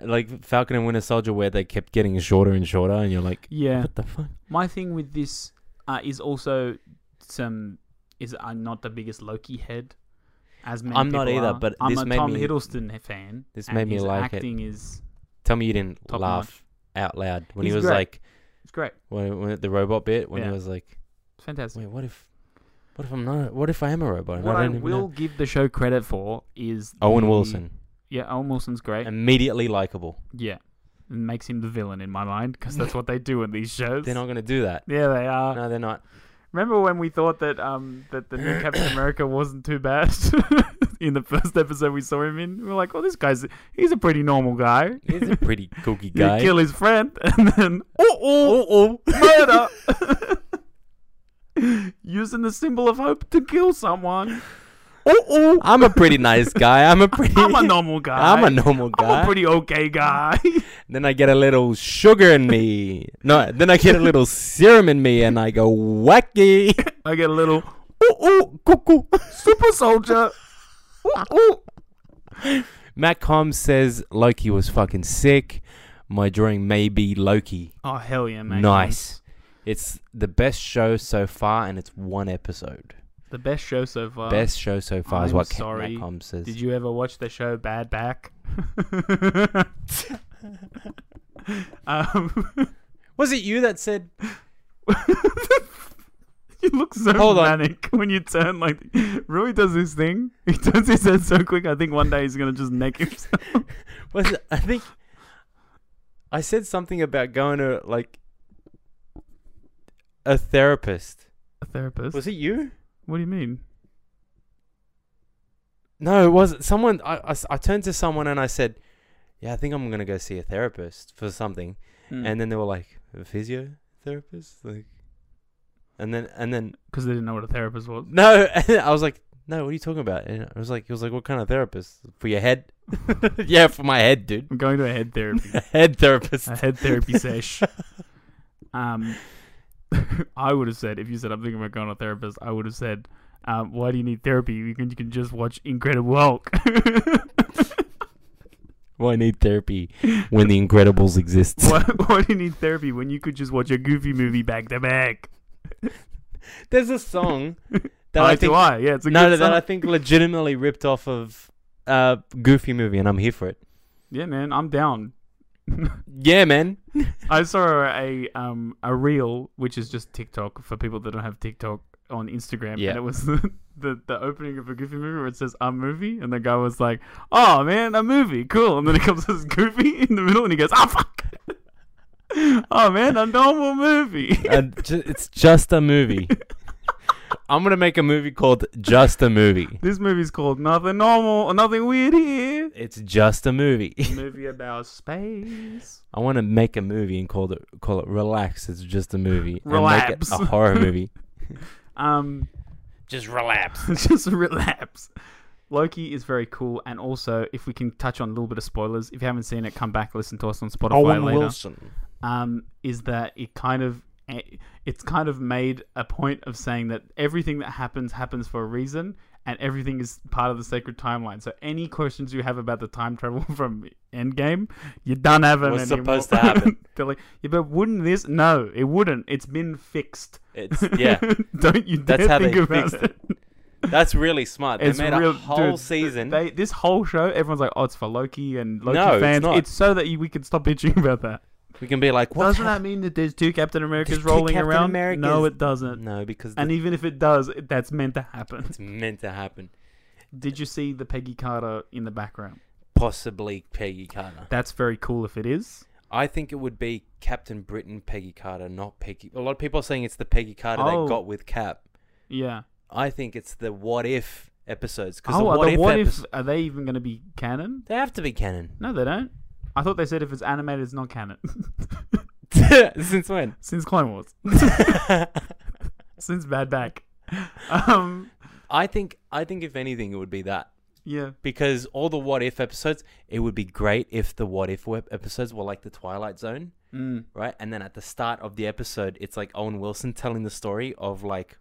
Speaker 3: like Falcon and Winter Soldier, where they kept getting shorter and shorter, and you're like,
Speaker 1: Yeah,
Speaker 3: what the fuck?
Speaker 1: my thing with this uh, is also some is I'm not the biggest Loki head. As many
Speaker 3: I'm not
Speaker 1: people
Speaker 3: either,
Speaker 1: are.
Speaker 3: but
Speaker 1: I'm
Speaker 3: this
Speaker 1: a
Speaker 3: made
Speaker 1: Tom
Speaker 3: me-
Speaker 1: Hiddleston fan.
Speaker 3: this
Speaker 1: and
Speaker 3: made me
Speaker 1: his
Speaker 3: like it.
Speaker 1: acting is
Speaker 3: Tell me you didn't
Speaker 1: Top
Speaker 3: laugh out loud when
Speaker 1: He's
Speaker 3: he was
Speaker 1: great.
Speaker 3: like,
Speaker 1: it's great,
Speaker 3: when, when the robot bit, when
Speaker 1: Yeah.
Speaker 3: he was like,
Speaker 1: it's fantastic.
Speaker 3: wait, what if, what if I'm not? What if I am a robot? and
Speaker 1: What
Speaker 3: I
Speaker 1: I
Speaker 3: don't even know?"
Speaker 1: will give the show credit for is
Speaker 3: Owen
Speaker 1: the-
Speaker 3: Wilson,
Speaker 1: Yeah, Owen Wilson's great.
Speaker 3: immediately likable.
Speaker 1: yeah, it makes him the villain in my mind because that's what they do in these shows.
Speaker 3: They're not gonna do that.
Speaker 1: yeah, they are.
Speaker 3: No, they're not.
Speaker 1: Remember when we thought that um that the new Captain America wasn't too bad in the first episode we saw him in? We were like, well, this guy's he's a pretty normal guy.
Speaker 3: He's a pretty
Speaker 1: You
Speaker 3: cookie guy.
Speaker 1: kill his friend and then
Speaker 3: oh, oh.
Speaker 1: murder. Using the symbol of hope to kill someone.
Speaker 3: oh. I'm a pretty nice guy. I'm a pretty.
Speaker 1: I'm a normal guy.
Speaker 3: I'm a normal guy.
Speaker 1: I'm a pretty okay guy.
Speaker 3: Then I get a little sugar in me. No, then I get a little serum in me, and I go wacky.
Speaker 1: I get a little
Speaker 3: Ooh, ooh, cuckoo.
Speaker 1: super soldier.
Speaker 3: Ooh, ooh. Matt Combs says Loki was fucking sick. My drawing may be Loki.
Speaker 1: Oh hell yeah, mate!
Speaker 3: Nice. It's the best show so far, and it's one episode.
Speaker 1: The best show so far.
Speaker 3: best show so far is
Speaker 1: I'm
Speaker 3: what Ca-
Speaker 1: sorry.
Speaker 3: Matt Combs says.
Speaker 1: Did you ever watch the show Bad Back? um,
Speaker 3: Was it you that said?
Speaker 1: you look so
Speaker 3: Hold on.
Speaker 1: manic when you turn. Like Rui does this thing. He turns his head so quick. I think one day he's gonna just neck himself.
Speaker 3: Was it, I think I said something about going to like a therapist.
Speaker 1: A therapist.
Speaker 3: Was it you?
Speaker 1: What do you mean?
Speaker 3: No, it wasn't. Someone, I, I s- I turned to someone and I said, Yeah, I think I'm going to go see a therapist for something. And then they were like, A physiotherapist? Like, and then, and then,
Speaker 1: because they didn't know what a therapist was.
Speaker 3: no, I was like, No, what are you talking about? And I was like, He was like, What kind of therapist? For your head? yeah, for my head, dude.
Speaker 1: I'm going to a head therapy.
Speaker 3: head therapist.
Speaker 1: a head therapy sesh. Um, I would have said if you said I'm thinking about going to a therapist, I would have said, um, "Why do you need therapy? You can you can just watch Incredible Hulk."
Speaker 3: Why need therapy when The Incredibles exists?
Speaker 1: Why, why do you need therapy when you could just watch a goofy movie back to back?
Speaker 3: There's a song that
Speaker 1: Why
Speaker 3: I
Speaker 1: do
Speaker 3: think
Speaker 1: I? Yeah, it's a
Speaker 3: no,
Speaker 1: good
Speaker 3: no, that
Speaker 1: song.
Speaker 3: I think legitimately ripped off of uh Goofy movie, and I'm here for it.
Speaker 1: Yeah, man, I'm down.
Speaker 3: Yeah, man.
Speaker 1: I saw a um a reel which is just TikTok for people that don't have TikTok on Instagram,
Speaker 3: Yeah.
Speaker 1: and it was the, the the opening of a Goofy movie where it says a movie, and the guy was like, "Oh man, a movie, cool," and then it comes this Goofy in the middle, and he goes, "Ah fuck." Oh man, a normal movie.
Speaker 3: And Uh, ju- it's just a movie. I'm gonna make a movie called Just a Movie.
Speaker 1: this movie's called Nothing Normal or Nothing Weird Here.
Speaker 3: It's just a movie.
Speaker 1: movie about space.
Speaker 3: I want to make a movie and call it call it Relax. It's just a movie.
Speaker 1: Relapse.
Speaker 3: And make it a horror movie.
Speaker 1: Um,
Speaker 2: Just relapse.
Speaker 1: just relapse. Loki is very cool, and also if we can touch on a little bit of spoilers, if you haven't seen it, come back listen to us on Spotify later.
Speaker 3: Wilson.
Speaker 1: Um, is that it? Kind of, eh, it's kind of made a point of saying that everything that happens happens for a reason, and everything is part of the sacred timeline. So any questions you have about the time travel from Endgame, you don't have them
Speaker 3: Was
Speaker 1: anymore.
Speaker 3: supposed to happen.
Speaker 1: They're like, yeah, but wouldn't this? No, it wouldn't. It's been fixed.
Speaker 3: It's yeah.
Speaker 1: don't you dare
Speaker 3: That's how
Speaker 1: think
Speaker 3: they
Speaker 1: about
Speaker 3: fixed
Speaker 1: it.
Speaker 3: That's really smart. They
Speaker 1: It's
Speaker 3: made
Speaker 1: real-
Speaker 3: a whole
Speaker 1: dude,
Speaker 3: season.
Speaker 1: They, this whole show, everyone's like, "Oh, it's for Loki and Loki
Speaker 3: No, it's
Speaker 1: fans." It's,
Speaker 3: not.
Speaker 1: so that you, we can stop bitching about that.
Speaker 3: we can be like, what?
Speaker 1: doesn't that mean that there's two Captain Americas
Speaker 3: There's two
Speaker 1: rolling
Speaker 3: Captain
Speaker 1: around? No,
Speaker 3: Americas.
Speaker 1: it doesn't.
Speaker 3: No, because
Speaker 1: And even if it does, it- that's meant to happen.
Speaker 3: it's meant to happen.
Speaker 1: Did you see the Peggy Carter in the background?
Speaker 3: Possibly Peggy Carter.
Speaker 1: That's very cool. If it is,
Speaker 3: I think it would be Captain Britain, Peggy Carter, not Peggy. A lot of people are saying it's the Peggy Carter
Speaker 1: Oh.
Speaker 3: that got with Cap.
Speaker 1: yeah.
Speaker 3: I think it's the What If episodes because
Speaker 1: Oh,
Speaker 3: the
Speaker 1: are
Speaker 3: What
Speaker 1: the
Speaker 3: If,
Speaker 1: what
Speaker 3: epis-
Speaker 1: if are they even going to be canon?
Speaker 3: they have to be canon.
Speaker 1: No, they don't. I thought they said if it's animated, it's not canon.
Speaker 3: Since when?
Speaker 1: Since Clone Wars, since Bad Back, um,
Speaker 3: I think I think if anything, it would be that
Speaker 1: yeah.
Speaker 3: because all the What If episodes, it would be great if the What If web episodes were like the Twilight Zone,
Speaker 1: Mm.
Speaker 3: right? And then at the start of the episode, it's like Owen Wilson telling the story of like,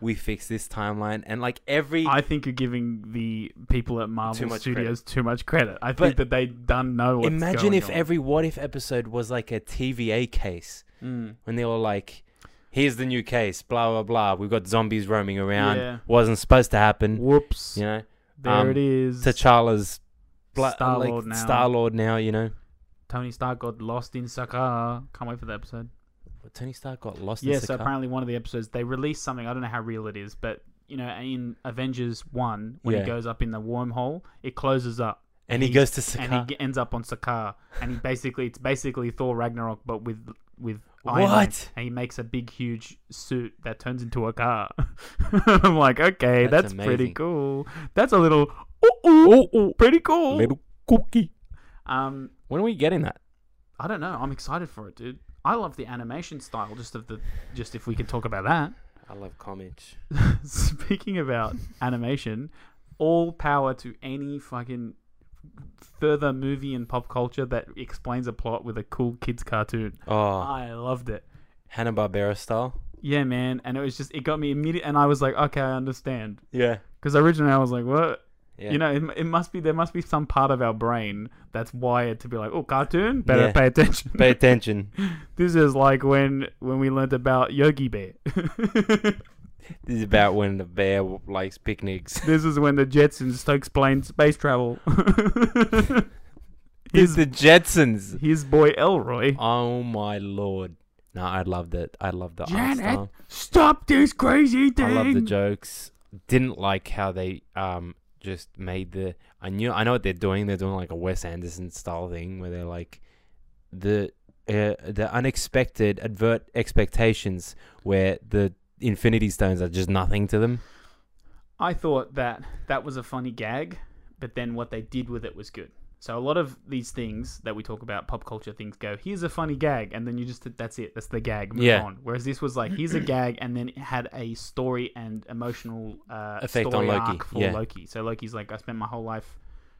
Speaker 3: we fix this timeline, and like every
Speaker 1: I think you're giving the people at Marvel
Speaker 3: Too much
Speaker 1: Studios too much credit. I think
Speaker 3: But
Speaker 1: that they done know what's
Speaker 3: imagine
Speaker 1: going
Speaker 3: if
Speaker 1: on.
Speaker 3: every What If episode was like a TVA case
Speaker 1: Mm.
Speaker 3: when they were like. Here's the new case, blah blah blah. We've got zombies roaming around.
Speaker 1: Yeah.
Speaker 3: Wasn't supposed to happen.
Speaker 1: whoops,
Speaker 3: You know,
Speaker 1: there
Speaker 3: um,
Speaker 1: it is.
Speaker 3: T'Challa's
Speaker 1: Star Lord now.
Speaker 3: Star Lord now, you know.
Speaker 1: Tony Stark got lost in Sakaar. Can't wait for that episode.
Speaker 3: Tony Stark got lost
Speaker 1: yeah,
Speaker 3: in
Speaker 1: so
Speaker 3: Sakaar.
Speaker 1: apparently one of the episodes they released something. I don't know how real it is, but you know, in Avengers One, when
Speaker 3: Yeah.
Speaker 1: he goes up in the wormhole, it closes up.
Speaker 3: and he
Speaker 1: he's-
Speaker 3: goes to
Speaker 1: and he
Speaker 3: Sakaar.
Speaker 1: g- ends up on Sakaar, and he basically it's basically Thor Ragnarok, but with with Iron Man.
Speaker 3: What?
Speaker 1: and he makes a big, huge suit that turns into a car. I'm like, okay, that's,
Speaker 3: That's
Speaker 1: pretty
Speaker 3: amazing.
Speaker 1: cool. That's a little, ooh, ooh, pretty cool.
Speaker 3: cookie.
Speaker 1: Um,
Speaker 3: When are we getting that?
Speaker 1: I don't know. I'm excited for it, dude. I love the animation style. Just of the, just if we can talk about that.
Speaker 3: I love comics.
Speaker 1: Speaking about animation, all power to any fucking further movie and pop culture that explains a plot with a cool kids cartoon.
Speaker 3: Oh,
Speaker 1: I loved it.
Speaker 3: Hanna Barbera style.
Speaker 1: Yeah, man, and it was just it got me immediate, and I was like, okay, I understand.
Speaker 3: Yeah.
Speaker 1: Because originally I was like, what?
Speaker 3: Yeah.
Speaker 1: You know, it, it must be there must be some part of our brain that's wired to be like, oh, cartoon, better
Speaker 3: Yeah.
Speaker 1: pay attention.
Speaker 3: Pay attention.
Speaker 1: this is like when when we learnt about Yogi Bear.
Speaker 3: this is about when the bear w- likes picnics.
Speaker 1: this is when the Jetsons explain space travel. his
Speaker 3: It's the Jetsons.
Speaker 1: his boy Elroy.
Speaker 3: Oh my lord. No, I loved it. I loved the art
Speaker 1: Janet,
Speaker 3: style.
Speaker 1: Stop this crazy thing.
Speaker 3: I love the jokes. Didn't like how they um just made the. I knew I know what they're doing. They're doing like a Wes Anderson style thing where they're like the uh, the unexpected advert expectations where the Infinity Stones are just nothing to them.
Speaker 1: I thought that that was a funny gag, but then what they did with it was good. So a lot of these things that we talk about, pop culture things, go here's a funny gag, and then you just that's it, that's the gag, move
Speaker 3: Yeah.
Speaker 1: on. Whereas this was like here's a gag, and then it had a story and emotional uh,
Speaker 3: Effect on
Speaker 1: story
Speaker 3: Loki,
Speaker 1: arc for
Speaker 3: yeah.
Speaker 1: Loki. So Loki's like, I spent my whole life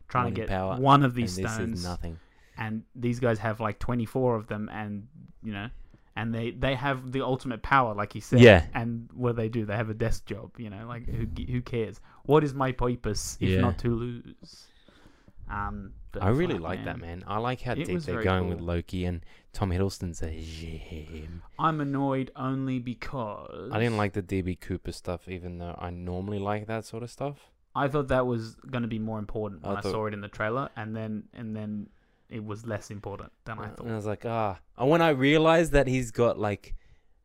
Speaker 1: trying
Speaker 3: Wanting
Speaker 1: to get
Speaker 3: power,
Speaker 1: one of these
Speaker 3: and
Speaker 1: stones,
Speaker 3: this is nothing.
Speaker 1: and these guys have like 24 of them and you know and they they have the ultimate power like he said
Speaker 3: Yeah.
Speaker 1: and what do they do they have a desk job you know like who, who cares what is my purpose if
Speaker 3: Yeah.
Speaker 1: not to lose Um, but
Speaker 3: I really
Speaker 1: fuck,
Speaker 3: like that man. I like how
Speaker 1: It
Speaker 3: deep
Speaker 1: was
Speaker 3: they're
Speaker 1: very
Speaker 3: going with
Speaker 1: cool.
Speaker 3: Loki and Tom Hiddleston's a gem.
Speaker 1: I'm annoyed only because
Speaker 3: I didn't like the DB Cooper stuff, even though I normally like that sort of stuff.
Speaker 1: I thought that was going to be more important
Speaker 3: I
Speaker 1: when I,
Speaker 3: thought-
Speaker 1: saw it in the trailer, and then and then it was less important than I
Speaker 3: And
Speaker 1: thought.
Speaker 3: I was like, ah. And when I realized that he's got like,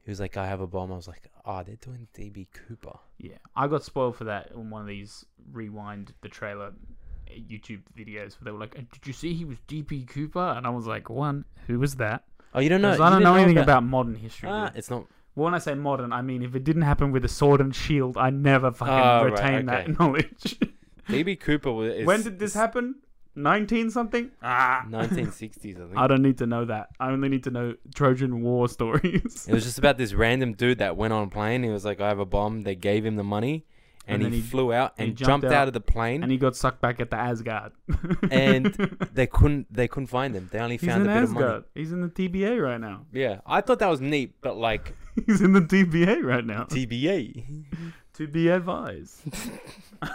Speaker 3: he was like, I have a bomb. I was like, ah, they're doing DB Cooper.
Speaker 1: Yeah, I got spoiled for that in one of these rewind the trailer uh, YouTube videos where they were like, "Uh, "Did you see he was DP Cooper?" And I was like, "One, who was that?"
Speaker 3: Oh, you don't know.
Speaker 1: 'Cause
Speaker 3: you
Speaker 1: I don't
Speaker 3: didn't
Speaker 1: know anything about, modern history.
Speaker 3: Ah,
Speaker 1: dude.
Speaker 3: it's not.
Speaker 1: Well, when I say modern, I mean if it didn't happen with a sword and shield, I never fucking
Speaker 3: Oh, right,
Speaker 1: retain
Speaker 3: okay.
Speaker 1: that knowledge.
Speaker 3: DB Cooper was.
Speaker 1: when did this happen? Nineteen something. Ah,
Speaker 3: 1960s, I think.
Speaker 1: I don't need to know that. I only need to know Trojan War stories.
Speaker 3: It was just about this random dude that went on a plane. He was like, I have a bomb. They gave him the money. And,
Speaker 1: And then
Speaker 3: he,
Speaker 1: he-
Speaker 3: flew out
Speaker 1: he
Speaker 3: and jumped,
Speaker 1: jumped
Speaker 3: out,
Speaker 1: out
Speaker 3: of the plane.
Speaker 1: and he got sucked back at the Asgard.
Speaker 3: And they couldn't they couldn't find him. They only
Speaker 1: he's
Speaker 3: found
Speaker 1: in
Speaker 3: a bit of money.
Speaker 1: Asgard. He's in the TBA right now.
Speaker 3: Yeah. I thought that was neat, but like E.
Speaker 1: He's in the TBA right now.
Speaker 3: TBA.
Speaker 1: to be advised.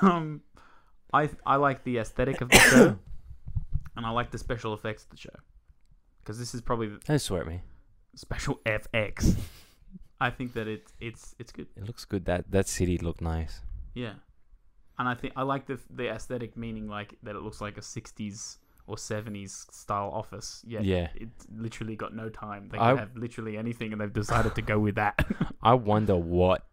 Speaker 1: um, I I like the aesthetic of the show, and I like the special effects of the show, because this is probably the
Speaker 3: Don't swear at me.
Speaker 1: special FX. I think that it's it's it's good.
Speaker 3: It looks good. That that city looked nice.
Speaker 1: Yeah, and I think I like the the aesthetic meaning like that it looks like a '60s or '70s style office. Yeah,
Speaker 3: Yeah.
Speaker 1: It's literally got no time. They could
Speaker 3: I-
Speaker 1: have literally anything, and they've decided to go with that.
Speaker 3: I wonder what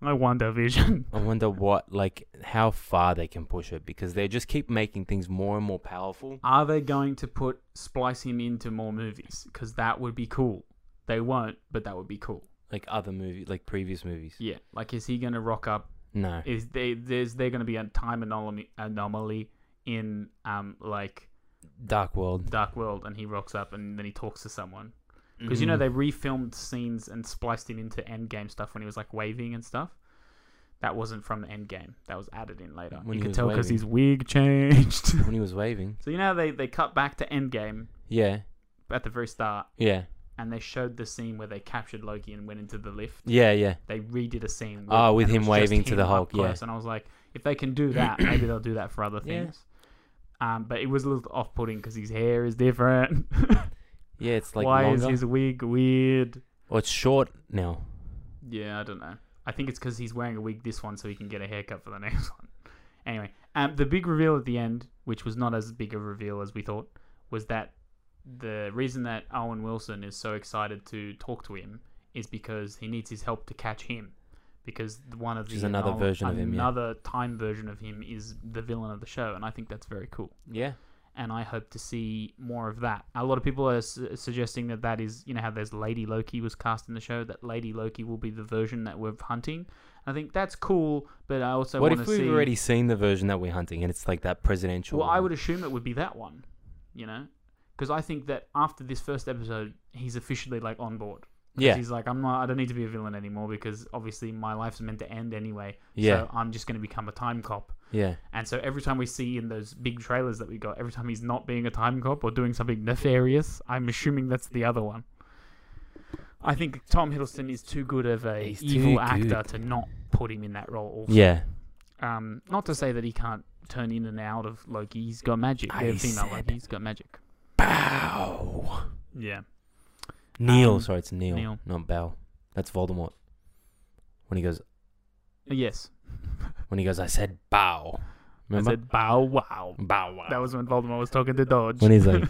Speaker 1: I wonder vision.
Speaker 3: I wonder what like how far they can push it because they just keep making things more and more powerful.
Speaker 1: Are they going to put splice him into more movies? Because that would be cool. They won't, but that would be cool.
Speaker 3: Like other movies like previous movies.
Speaker 1: Yeah, like is he going to rock up?
Speaker 3: No.
Speaker 1: Is they there's there going to be a time anomaly anomaly in um like
Speaker 3: Dark World.
Speaker 1: Dark World, and he rocks up and then he talks to someone because
Speaker 3: Mm.
Speaker 1: you know they refilmed scenes and spliced him into Endgame stuff when he was like waving and stuff. That wasn't from Endgame. That was added in later.
Speaker 3: When he
Speaker 1: you could
Speaker 3: was
Speaker 1: tell because
Speaker 3: waving.
Speaker 1: his wig changed.
Speaker 3: when he was waving.
Speaker 1: so you know they they cut back to Endgame
Speaker 3: Yeah.
Speaker 1: at the very start
Speaker 3: Yeah.
Speaker 1: and they showed the scene where they captured Loki and went into the lift.
Speaker 3: Yeah, yeah.
Speaker 1: They redid a scene.
Speaker 3: Ah, with
Speaker 1: and it
Speaker 3: him
Speaker 1: was just
Speaker 3: waving to the
Speaker 1: up
Speaker 3: Hulk, yeah.
Speaker 1: close, and I was like, if they can do that, maybe they'll do that for other
Speaker 3: Yeah.
Speaker 1: things. Um, but it was a little off-putting because his hair is different.
Speaker 3: Yeah, it's like
Speaker 1: Why
Speaker 3: longer.
Speaker 1: is his wig weird?
Speaker 3: Well, it's short now.
Speaker 1: Yeah, I don't know. I think it's because he's wearing a wig this one, so he can get a haircut for the next one. Anyway, um, the big reveal at the end, which was not as big a reveal as we thought, was that the reason that Owen Wilson is so excited to talk to him is because he needs his help to catch him, because one of
Speaker 3: Which
Speaker 1: the
Speaker 3: is another version of him, yeah.
Speaker 1: another time version of him is the villain of the show, and I think that's very cool
Speaker 3: Yeah.
Speaker 1: and I hope to see more of that. A lot of people are su- suggesting that that is, you know, how there's Lady Loki was cast in the show, that Lady Loki will be the version that we're hunting. I think that's cool, but I also
Speaker 3: what
Speaker 1: want
Speaker 3: if
Speaker 1: to
Speaker 3: we've
Speaker 1: see.
Speaker 3: already seen the version that we're hunting and it's like that presidential?
Speaker 1: well, I
Speaker 3: one?
Speaker 1: would assume it would be that one, you know, because I think that after this first episode, he's officially like on board. 'Cause
Speaker 3: Yeah.
Speaker 1: he's like, I'm not. I don't need to be a villain anymore because obviously my life's meant to end anyway.
Speaker 3: Yeah.
Speaker 1: So I'm just going to become a time cop.
Speaker 3: Yeah.
Speaker 1: And so every time we see in those big trailers that we got, every time he's not being a time cop or doing something nefarious, I'm assuming that's the other one. I think Tom Hiddleston is too good of a
Speaker 3: He's too
Speaker 1: evil actor
Speaker 3: good.
Speaker 1: to not put him in that role. Also.
Speaker 3: Yeah.
Speaker 1: Um, not to say that he can't turn in and out of Loki. He's got magic.
Speaker 3: I
Speaker 1: They're female
Speaker 3: said-
Speaker 1: Loki. He's got magic.
Speaker 3: Bow.
Speaker 1: Yeah.
Speaker 3: Neil.
Speaker 1: Um,
Speaker 3: Oh, sorry, it's Neil,
Speaker 1: Neil.
Speaker 3: not Bow. That's Voldemort. When he goes,
Speaker 1: Yes.
Speaker 3: when he goes, I said bow. Remember?
Speaker 1: I said bow wow.
Speaker 3: bow. Wow.
Speaker 1: That was when Voldemort was talking to Dodge.
Speaker 3: When he's like,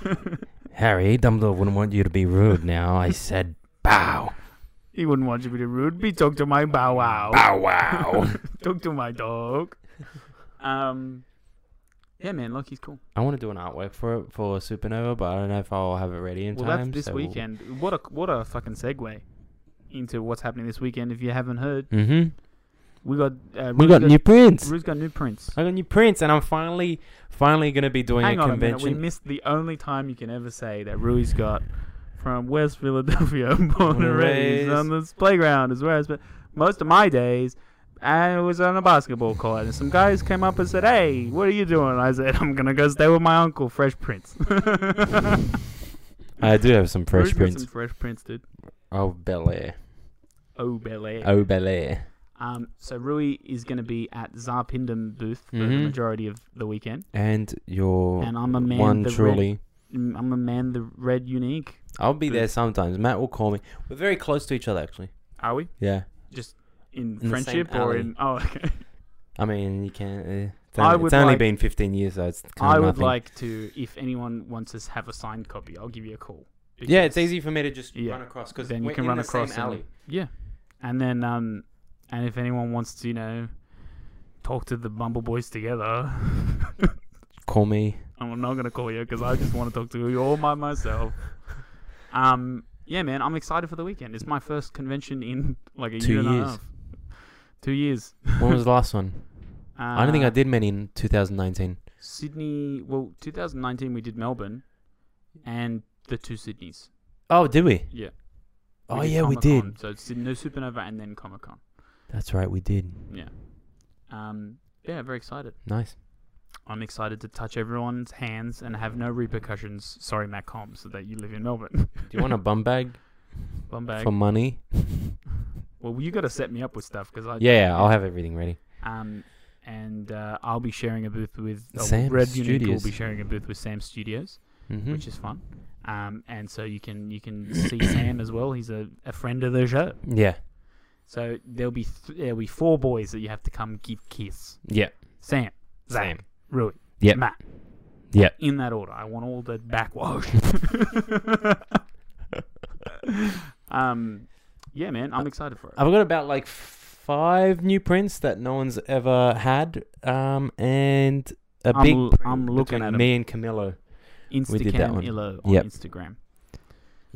Speaker 3: Harry, Dumbledore wouldn't want you to be rude. Now I said bow.
Speaker 1: he wouldn't want you to be rude. Be talk to my bow wow.
Speaker 3: Bow wow.
Speaker 1: Talk to my dog. Um, yeah, man, Loki's cool.
Speaker 3: I want to do an artwork for it for Supernova, but I don't know if I'll have it ready in
Speaker 1: Well,
Speaker 3: time.
Speaker 1: that's this
Speaker 3: so we'll-
Speaker 1: weekend. What a what a fucking segue into what's happening this weekend. If you haven't heard,
Speaker 3: Mhm.
Speaker 1: we got uh,
Speaker 3: We got new prints.
Speaker 1: Rue's got new prints.
Speaker 3: I got new prints, and I'm finally, finally gonna be doing
Speaker 1: Hang
Speaker 3: a
Speaker 1: on a
Speaker 3: convention.
Speaker 1: minute, we missed the only time you can ever say that Rui's got from West Philadelphia, born
Speaker 3: and
Speaker 1: and raised on this playground as well. But most of my days, I was on a basketball court, and some guys came up and said, "Hey, what are you doing?" I said, "I'm gonna go stay with my uncle, Fresh Prince."
Speaker 3: I do have some
Speaker 1: Rue's
Speaker 3: fresh
Speaker 1: got
Speaker 3: prints.
Speaker 1: some Fresh Prints, dude.
Speaker 3: Oh Bel Air,
Speaker 1: Oh, Bel Air.
Speaker 3: oh Bel Air.
Speaker 1: Um, so Rui is going to be at Zarpindam booth for the
Speaker 3: Mhm.
Speaker 1: majority of the weekend.
Speaker 3: And your
Speaker 1: And I'm a man
Speaker 3: one
Speaker 1: that
Speaker 3: truly.
Speaker 1: Mm, I'm a man, the red unique.
Speaker 3: I'll be there
Speaker 1: Booth.
Speaker 3: sometimes. Matt will call me. We're very close to each other, actually.
Speaker 1: Are we
Speaker 3: Yeah.
Speaker 1: just in,
Speaker 3: the same
Speaker 1: friendship or
Speaker 3: alley.
Speaker 1: in? Oh, okay.
Speaker 3: I mean, you can. Uh, it's
Speaker 1: I
Speaker 3: only,
Speaker 1: would
Speaker 3: it's only
Speaker 1: like-
Speaker 3: been 15 years, so it's kind
Speaker 1: I
Speaker 3: of
Speaker 1: would
Speaker 3: nothing.
Speaker 1: like to, if anyone wants us, have a signed copy. I'll give you a call.
Speaker 3: Yeah, it's
Speaker 1: Because-
Speaker 3: easy for me to just
Speaker 1: Yeah.
Speaker 3: run across because
Speaker 1: Then
Speaker 3: we're
Speaker 1: you can
Speaker 3: in
Speaker 1: run
Speaker 3: the
Speaker 1: across
Speaker 3: same
Speaker 1: and-
Speaker 3: alley.
Speaker 1: Yeah, and then um, and if anyone wants to, you know, talk to the Bumble Boys together,
Speaker 3: Call me.
Speaker 1: I'm not gonna call you because I just want to talk to you all by myself. Um, yeah, man, I'm excited for the weekend. It's my first convention in like a
Speaker 3: Two
Speaker 1: year and a
Speaker 3: years.
Speaker 1: half. Two years.
Speaker 3: When was the last one?
Speaker 1: Uh,
Speaker 3: I don't think I did many in 2019.
Speaker 1: Sydney. Well, 2019 we did Melbourne, and the two Sydneys.
Speaker 3: Oh, did we?
Speaker 1: Yeah.
Speaker 3: Oh, yeah, we
Speaker 1: Comic-Con.
Speaker 3: did.
Speaker 1: So it's Sydney Supernova and then Comic Con.
Speaker 3: That's right, we did.
Speaker 1: Um, yeah, very excited.
Speaker 3: Nice.
Speaker 1: I'm excited to touch everyone's hands and have no repercussions. Sorry, Matt Combs, that you live in Melbourne.
Speaker 3: Do you want a bum bag
Speaker 1: Bum bag.
Speaker 3: for money?
Speaker 1: well, you got to set me up with stuff because I
Speaker 3: Yeah, I'll have everything ready.
Speaker 1: Um, and uh, I'll be sharing a booth with uh,
Speaker 3: Sam
Speaker 1: Red Unique will
Speaker 3: Studios.
Speaker 1: be sharing a booth with Sam Studios,
Speaker 3: Mm-hmm.
Speaker 1: which is fun. Um, and so you can you can see Sam as well. He's a, a friend of the show.
Speaker 3: yeah,
Speaker 1: So there'll be th- there'll be four boys that you have to come give kiss.
Speaker 3: yeah,
Speaker 1: Sam, Zach,
Speaker 3: Sam.
Speaker 1: Rui,
Speaker 3: Yep.
Speaker 1: Matt.
Speaker 3: Yep.
Speaker 1: In that order. I want all the backwash. um, yeah, man, I'm excited for it.
Speaker 3: I've got about like five new prints that no one's ever had, um, and a
Speaker 1: I'm
Speaker 3: big.
Speaker 1: l-
Speaker 3: print
Speaker 1: I'm looking
Speaker 3: between
Speaker 1: at 'em.
Speaker 3: me and Camilo. we did that
Speaker 1: Instacam
Speaker 3: one.
Speaker 1: Illo on
Speaker 3: Yep.
Speaker 1: Instagram.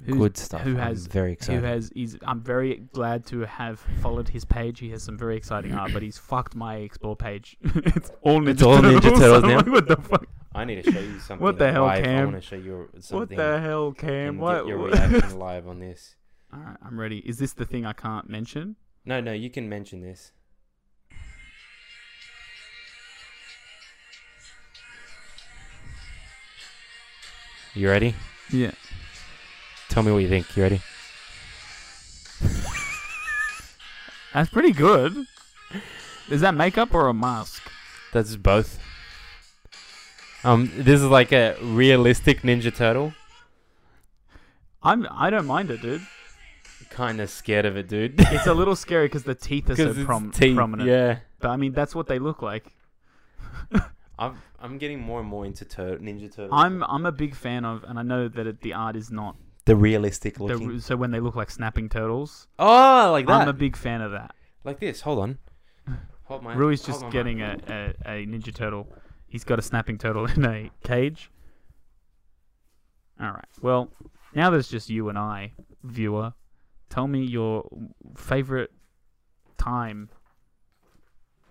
Speaker 3: Good stuff.
Speaker 1: who
Speaker 3: Who
Speaker 1: has-
Speaker 3: has? I'm very
Speaker 1: who
Speaker 3: excited.
Speaker 1: has is I'm very glad to have followed his page. He has some very exciting art, but he's fucked my explore page. it's all Ninja
Speaker 3: It's all Ninja
Speaker 1: Turtles.
Speaker 3: Turtles
Speaker 1: I'm
Speaker 3: now?
Speaker 1: like, what the fuck?
Speaker 3: I need to show you something.
Speaker 1: the hell,
Speaker 3: live. I
Speaker 1: Cam?
Speaker 3: want to show you something.
Speaker 1: What the hell, Cam?
Speaker 3: and
Speaker 1: What?
Speaker 3: Get your
Speaker 1: what-
Speaker 3: reaction live on this.
Speaker 1: all right, I'm ready. Is this the thing I can't mention?
Speaker 3: No, no, you can mention this. You ready?
Speaker 1: Yeah.
Speaker 3: Tell me what you think. You ready?
Speaker 1: That's pretty good. Is that makeup or a mask?
Speaker 3: That's both. Um, this is like a realistic Ninja Turtle.
Speaker 1: I'm I don't mind it, dude.
Speaker 3: Kind of scared of it, dude.
Speaker 1: It's a little scary because the teeth are so
Speaker 3: Because it's
Speaker 1: prom-
Speaker 3: teeth,
Speaker 1: prominent.
Speaker 3: Yeah.
Speaker 1: But I mean, that's what they look like.
Speaker 3: I'm I'm getting more and more into tur- Ninja Turtles.
Speaker 1: I'm I'm a big fan of, and I know that it, the art is not.
Speaker 3: the realistic
Speaker 1: the-
Speaker 3: looking.
Speaker 1: so when they look like snapping turtles,
Speaker 3: oh, like that.
Speaker 1: I'm a big fan of that.
Speaker 3: like this. Hold on. Hold my.
Speaker 1: Rui's
Speaker 3: hold
Speaker 1: just
Speaker 3: my mic.
Speaker 1: getting a, a, a Ninja Turtle. He's got a snapping turtle in a cage. All right. Well, now there's just you and I, viewer. Tell me your favorite time.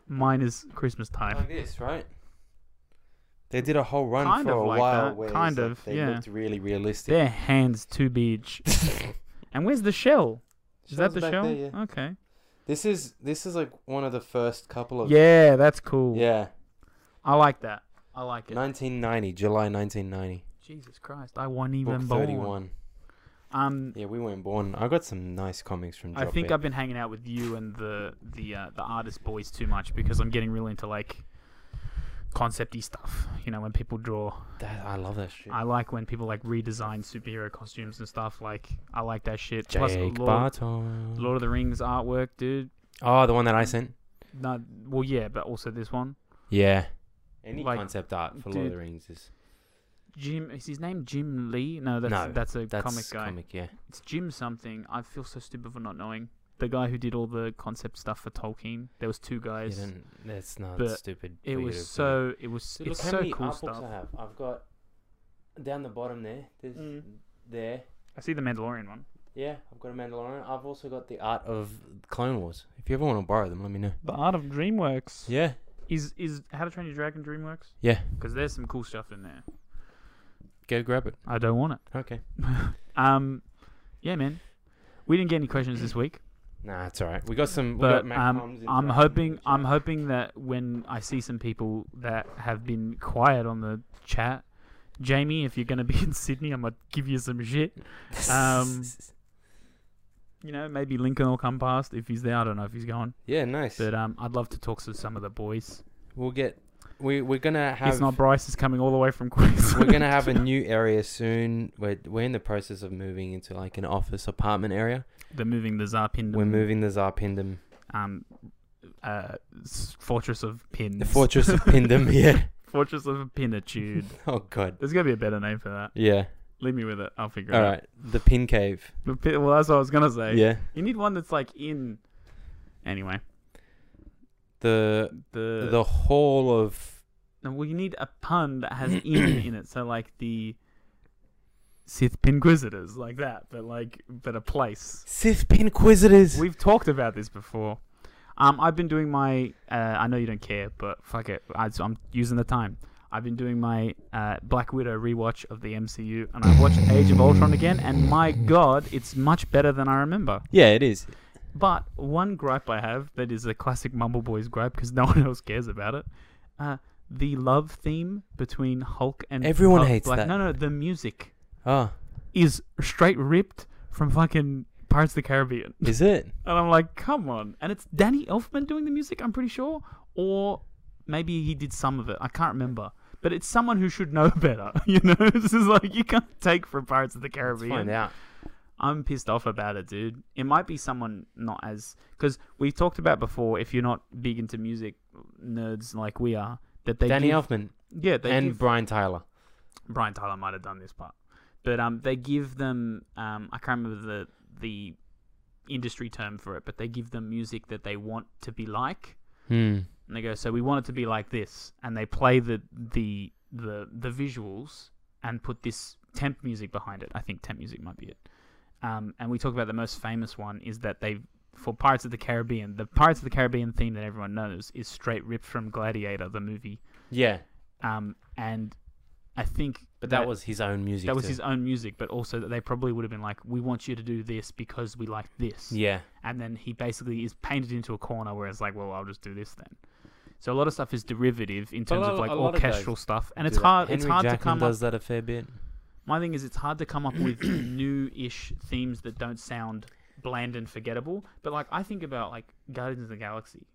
Speaker 1: Mine is Christmas time.
Speaker 3: like Oh, this, right? They did a whole run
Speaker 1: Kind
Speaker 3: for
Speaker 1: of
Speaker 3: a
Speaker 1: like
Speaker 3: while
Speaker 1: that,
Speaker 3: where
Speaker 1: kind
Speaker 3: it's like
Speaker 1: of,
Speaker 3: they
Speaker 1: yeah.
Speaker 3: looked really realistic.
Speaker 1: Their hands too big. And where's the shell? Is that
Speaker 3: Shell's
Speaker 1: the
Speaker 3: back
Speaker 1: shell?
Speaker 3: there, yeah.
Speaker 1: Okay.
Speaker 3: This is this is like one of the first couple of
Speaker 1: Yeah, that's cool.
Speaker 3: yeah,
Speaker 1: I like that. I like it.
Speaker 3: 1990, July 1990,
Speaker 1: Jesus Christ, I wasn't even
Speaker 3: book
Speaker 1: born.
Speaker 3: 31.
Speaker 1: Um,
Speaker 3: Yeah, we weren't born. I got some nice comics from.
Speaker 1: I
Speaker 3: Drop
Speaker 1: think
Speaker 3: It.
Speaker 1: I've been hanging out with you and the the uh, the artist boys too much because I'm getting really into like concepty stuff. You know, when people draw,
Speaker 3: That- I love that shit.
Speaker 1: I like when people like redesign superhero costumes and stuff. Like, I like that shit. Plus,
Speaker 3: Jake
Speaker 1: Lord,
Speaker 3: Barton.
Speaker 1: Lord of the Rings artwork, dude.
Speaker 3: Oh, the one that I sent.
Speaker 1: No, well, yeah, but also this one,
Speaker 3: Yeah. Any
Speaker 1: Like,
Speaker 3: concept art for Lord of
Speaker 1: dude,
Speaker 3: the Rings is
Speaker 1: Jim. Is his name Jim Lee? No, that's
Speaker 3: No,
Speaker 1: that's a
Speaker 3: that's
Speaker 1: comic guy.
Speaker 3: yeah.
Speaker 1: It's Jim something. I feel so stupid for not knowing the guy who did all the concept stuff for Tolkien. There was two
Speaker 3: You
Speaker 1: guys.
Speaker 3: don't- that's not
Speaker 1: but
Speaker 3: stupid.
Speaker 1: It
Speaker 3: for you
Speaker 1: was
Speaker 3: to-
Speaker 1: so. It was.
Speaker 3: So
Speaker 1: it's
Speaker 3: look how
Speaker 1: so
Speaker 3: many
Speaker 1: cool
Speaker 3: art books
Speaker 1: stuff.
Speaker 3: I have. I've got down the bottom there. There's
Speaker 1: Mm.
Speaker 3: there.
Speaker 1: I see the Mandalorian one.
Speaker 3: Yeah, I've got a Mandalorian. I've also got the art of Clone Wars. If you ever want to borrow them, let me know.
Speaker 1: The Art of DreamWorks
Speaker 3: Yeah.
Speaker 1: is is How to Train Your Dragon DreamWorks
Speaker 3: Yeah.
Speaker 1: because there's some cool stuff in there.
Speaker 3: Go grab it.
Speaker 1: I don't want it.
Speaker 3: Okay.
Speaker 1: Um, yeah, man. We didn't get any questions this week,
Speaker 3: Nah, it's all right. We got some. We got
Speaker 1: but
Speaker 3: Mac
Speaker 1: um,
Speaker 3: Holmes
Speaker 1: I'm
Speaker 3: interaction in
Speaker 1: hoping
Speaker 3: the
Speaker 1: I'm
Speaker 3: chat.
Speaker 1: hoping that when I see some people that have been quiet on the chat, Jamie, if you're gonna be in Sydney, I'm gonna give you some shit. Um, you know, maybe Lincoln will come past if he's there. I don't know if he's going,
Speaker 3: Yeah, nice.
Speaker 1: but um, I'd love to talk to some of the boys.
Speaker 3: We'll get. We we're gonna have.
Speaker 1: it's not Bryce is coming all the way from Queensland.
Speaker 3: we're gonna have a new area soon. We're we're in the process of moving into like an office apartment area.
Speaker 1: They're moving the Zarpindum.
Speaker 3: We're moving the Zarpindum,
Speaker 1: Um, uh, s- fortress of pins.
Speaker 3: the fortress of Pindum. Yeah.
Speaker 1: fortress of pinitude.
Speaker 3: Oh god.
Speaker 1: There's gotta be a better name for that.
Speaker 3: Yeah.
Speaker 1: Leave me with it. I'll figure
Speaker 3: All
Speaker 1: it
Speaker 3: right. The Pin Cave.
Speaker 1: out. The pi- Well, that's what I was gonna say.
Speaker 3: Yeah.
Speaker 1: You need one that's like in. Anyway,
Speaker 3: The
Speaker 1: the
Speaker 3: the hall of
Speaker 1: No, well, you need a pun that has in in it. So like the Sith Pinquisitors, like that, but like but a place.
Speaker 3: Sith Pinquisitors.
Speaker 1: We've talked about this before. Um, I've been doing my. Uh, I know you don't care, but fuck it. I, am using the time. I've been doing my uh, Black Widow rewatch of the MCU, and I watched Age of Ultron again, and my god, it's much better than I remember.
Speaker 3: Yeah, it is.
Speaker 1: But one gripe I have that is a classic Mumble Boys gripe because no one else cares about it. Uh, the love theme between Hulk and
Speaker 3: Everyone
Speaker 1: Hulk,
Speaker 3: hates
Speaker 1: Black-
Speaker 3: that.
Speaker 1: No, no, the music
Speaker 3: Oh,
Speaker 1: is straight ripped from fucking Pirates of the Caribbean,
Speaker 3: is it?
Speaker 1: and I'm like, come on. And it's Danny Elfman doing the music, I'm pretty sure, or maybe he did some of it. I can't remember. But it's someone who should know better, you know. this is like you can't take from Pirates of the Caribbean.
Speaker 3: Find out.
Speaker 1: I'm pissed off about it, dude. It might be someone not as because we've talked about before. If you're not big into music nerds like we are, that they
Speaker 3: Danny
Speaker 1: give,
Speaker 3: Elfman
Speaker 1: yeah, they
Speaker 3: and
Speaker 1: give,
Speaker 3: Brian Tyler.
Speaker 1: Brian Tyler might have done this part, but um, they give them um, I can't remember the the industry term for it, but they give them music that they want to be like,
Speaker 3: Hmm.
Speaker 1: and they go, so we want it to be like this, and they play the the the the visuals and put this temp music behind it. I think temp music might be it. Um, and we talk about the most famous one is that they for Pirates of the Caribbean, the Pirates of the Caribbean theme that everyone knows is straight ripped from Gladiator, the movie.
Speaker 3: Yeah,
Speaker 1: Um, and I think
Speaker 3: but that, was his own music.
Speaker 1: that was
Speaker 3: too.
Speaker 1: his own music, but also that they probably would have been like, "We want you to do this because we like this."
Speaker 3: Yeah.
Speaker 1: and then he basically is painted into a corner where it's like, well, I'll just do this then. So a lot of stuff is derivative in
Speaker 3: But a
Speaker 1: terms
Speaker 3: lot
Speaker 1: of
Speaker 3: of-
Speaker 1: like
Speaker 3: a lot of
Speaker 1: orchestral stuff, and it's
Speaker 3: Do that.
Speaker 1: hard. it's
Speaker 3: Henry
Speaker 1: hard to
Speaker 3: Jackman
Speaker 1: come up.
Speaker 3: does that a fair bit.
Speaker 1: My thing is, it's hard to come up with new-ish themes that don't sound bland and forgettable. But like, I think about like Guardians of the Galaxy,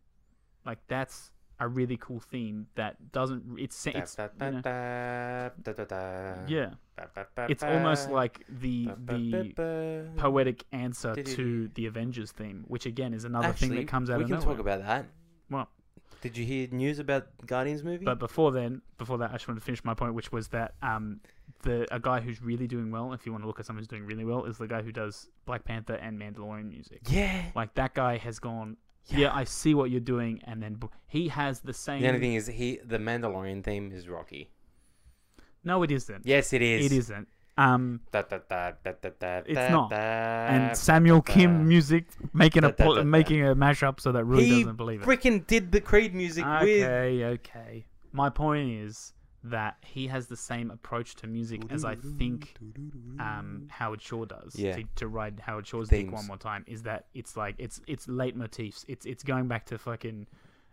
Speaker 1: like that's a really cool theme that doesn't. It's it's you know,
Speaker 3: uh,
Speaker 1: yeah. It's almost like the the
Speaker 3: Mm.
Speaker 1: poetic answer to the Avengers theme, which again is another thing that comes out
Speaker 3: We
Speaker 1: of
Speaker 3: can
Speaker 1: nowhere.
Speaker 3: talk about that.
Speaker 1: What?
Speaker 3: Did you hear news about Guardians movie?
Speaker 1: but before then, before that, I just wanted to finish my point, which was that um, the a guy who's really doing well, if you want to look at someone who's doing really well, is the guy who does Black Panther and Mandalorian music.
Speaker 3: yeah.
Speaker 1: Like that guy has gone. Yeah, I see what you're doing, and then b- he has the same.
Speaker 3: The only thing is he the Mandalorian theme is Rocky.
Speaker 1: no, it isn't.
Speaker 3: Yes, it is.
Speaker 1: It isn't. Um,
Speaker 3: Da, da, da, da, da, da,
Speaker 1: It's
Speaker 3: da,
Speaker 1: not.
Speaker 3: da. Ah,
Speaker 1: and Samuel
Speaker 3: uh,
Speaker 1: Kim music making a
Speaker 3: da, da,
Speaker 1: pl-
Speaker 3: da, da.
Speaker 1: making a mashup, so that really
Speaker 3: he
Speaker 1: doesn't believe it.
Speaker 3: freaking did the Creed music with.
Speaker 1: Okay, okay. My point is that he has the same approach to music as I think um, Howard Shaw does.
Speaker 3: Yeah.
Speaker 1: To, to ride Howard Shaw's dick one
Speaker 3: Themes.
Speaker 1: more time is that it's like it's it's leitmotifs. It's it's going back to fucking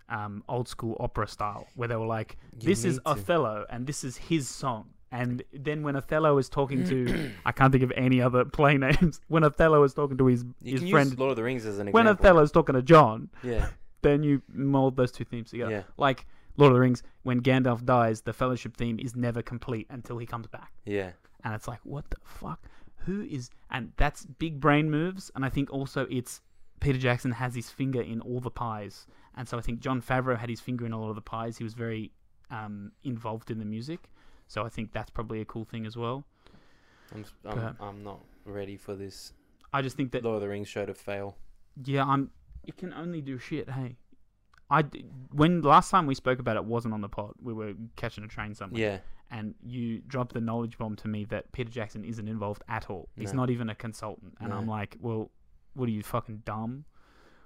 Speaker 1: um, old school opera style where they were like, this is
Speaker 3: need to.
Speaker 1: Othello and this is his song. And then when Othello is talking to, I can't think of any other play names. When Othello is talking to his
Speaker 3: You
Speaker 1: his
Speaker 3: can
Speaker 1: friend,
Speaker 3: use Lord of the Rings as an
Speaker 1: when
Speaker 3: example.
Speaker 1: Othello's talking to John,
Speaker 3: Yeah.
Speaker 1: then you mold those two themes together.
Speaker 3: Yeah.
Speaker 1: Like Lord of the Rings, when Gandalf dies, the Fellowship theme is never complete until he comes back,
Speaker 3: Yeah.
Speaker 1: and it's like, what the fuck? Who is? And that's big brain moves, and I think also it's Peter Jackson has his finger in all the pies, and so I think John Favreau had his finger in a lot of the pies. He was very um, involved in the music, so I think that's probably a cool thing as well.
Speaker 3: I'm, s- I'm, I'm not ready for this
Speaker 1: I just think that
Speaker 3: Lord of the Rings show to fail.
Speaker 1: Yeah, I'm. It can only do shit. Hey, I d- when last time we spoke about it wasn't on the pod. We were catching a train somewhere,
Speaker 3: Yeah.
Speaker 1: and you dropped the knowledge bomb to me that Peter Jackson isn't involved at all. He's
Speaker 3: No.
Speaker 1: not even a consultant, and
Speaker 3: No.
Speaker 1: I'm like, well, what are you fucking dumb?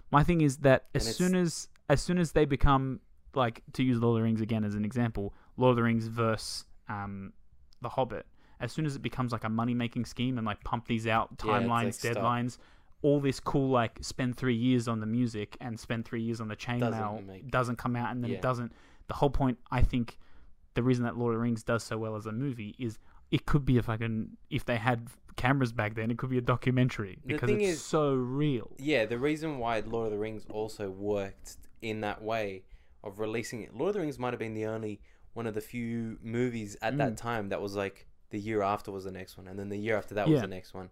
Speaker 1: My thing is that as
Speaker 3: And it's-
Speaker 1: soon as as soon as they become like to use Lord of the Rings again as an example, Lord of the Rings verse um, the Hobbit. As soon as it becomes like a money making scheme and like pump these out
Speaker 3: Yeah,
Speaker 1: timelines,
Speaker 3: it's like, stop.
Speaker 1: deadlines, all this cool like spend three years on the music and spend three years on the
Speaker 3: Doesn't
Speaker 1: chainmail
Speaker 3: make-
Speaker 1: doesn't come out and then
Speaker 3: Yeah.
Speaker 1: it doesn't. The whole point, I think, the reason that Lord of the Rings does so well as a movie is it could be a fucking if they had cameras back then, it could be a documentary
Speaker 3: The
Speaker 1: because
Speaker 3: thing
Speaker 1: it's
Speaker 3: is-
Speaker 1: so real.
Speaker 3: Yeah, the reason why Lord of the Rings also worked in that way of releasing it, Lord of the Rings might have been the only one of the few movies at that
Speaker 1: Mm.
Speaker 3: time that was like the year after was the next one, and then the year after that was
Speaker 1: Yeah.
Speaker 3: the next one.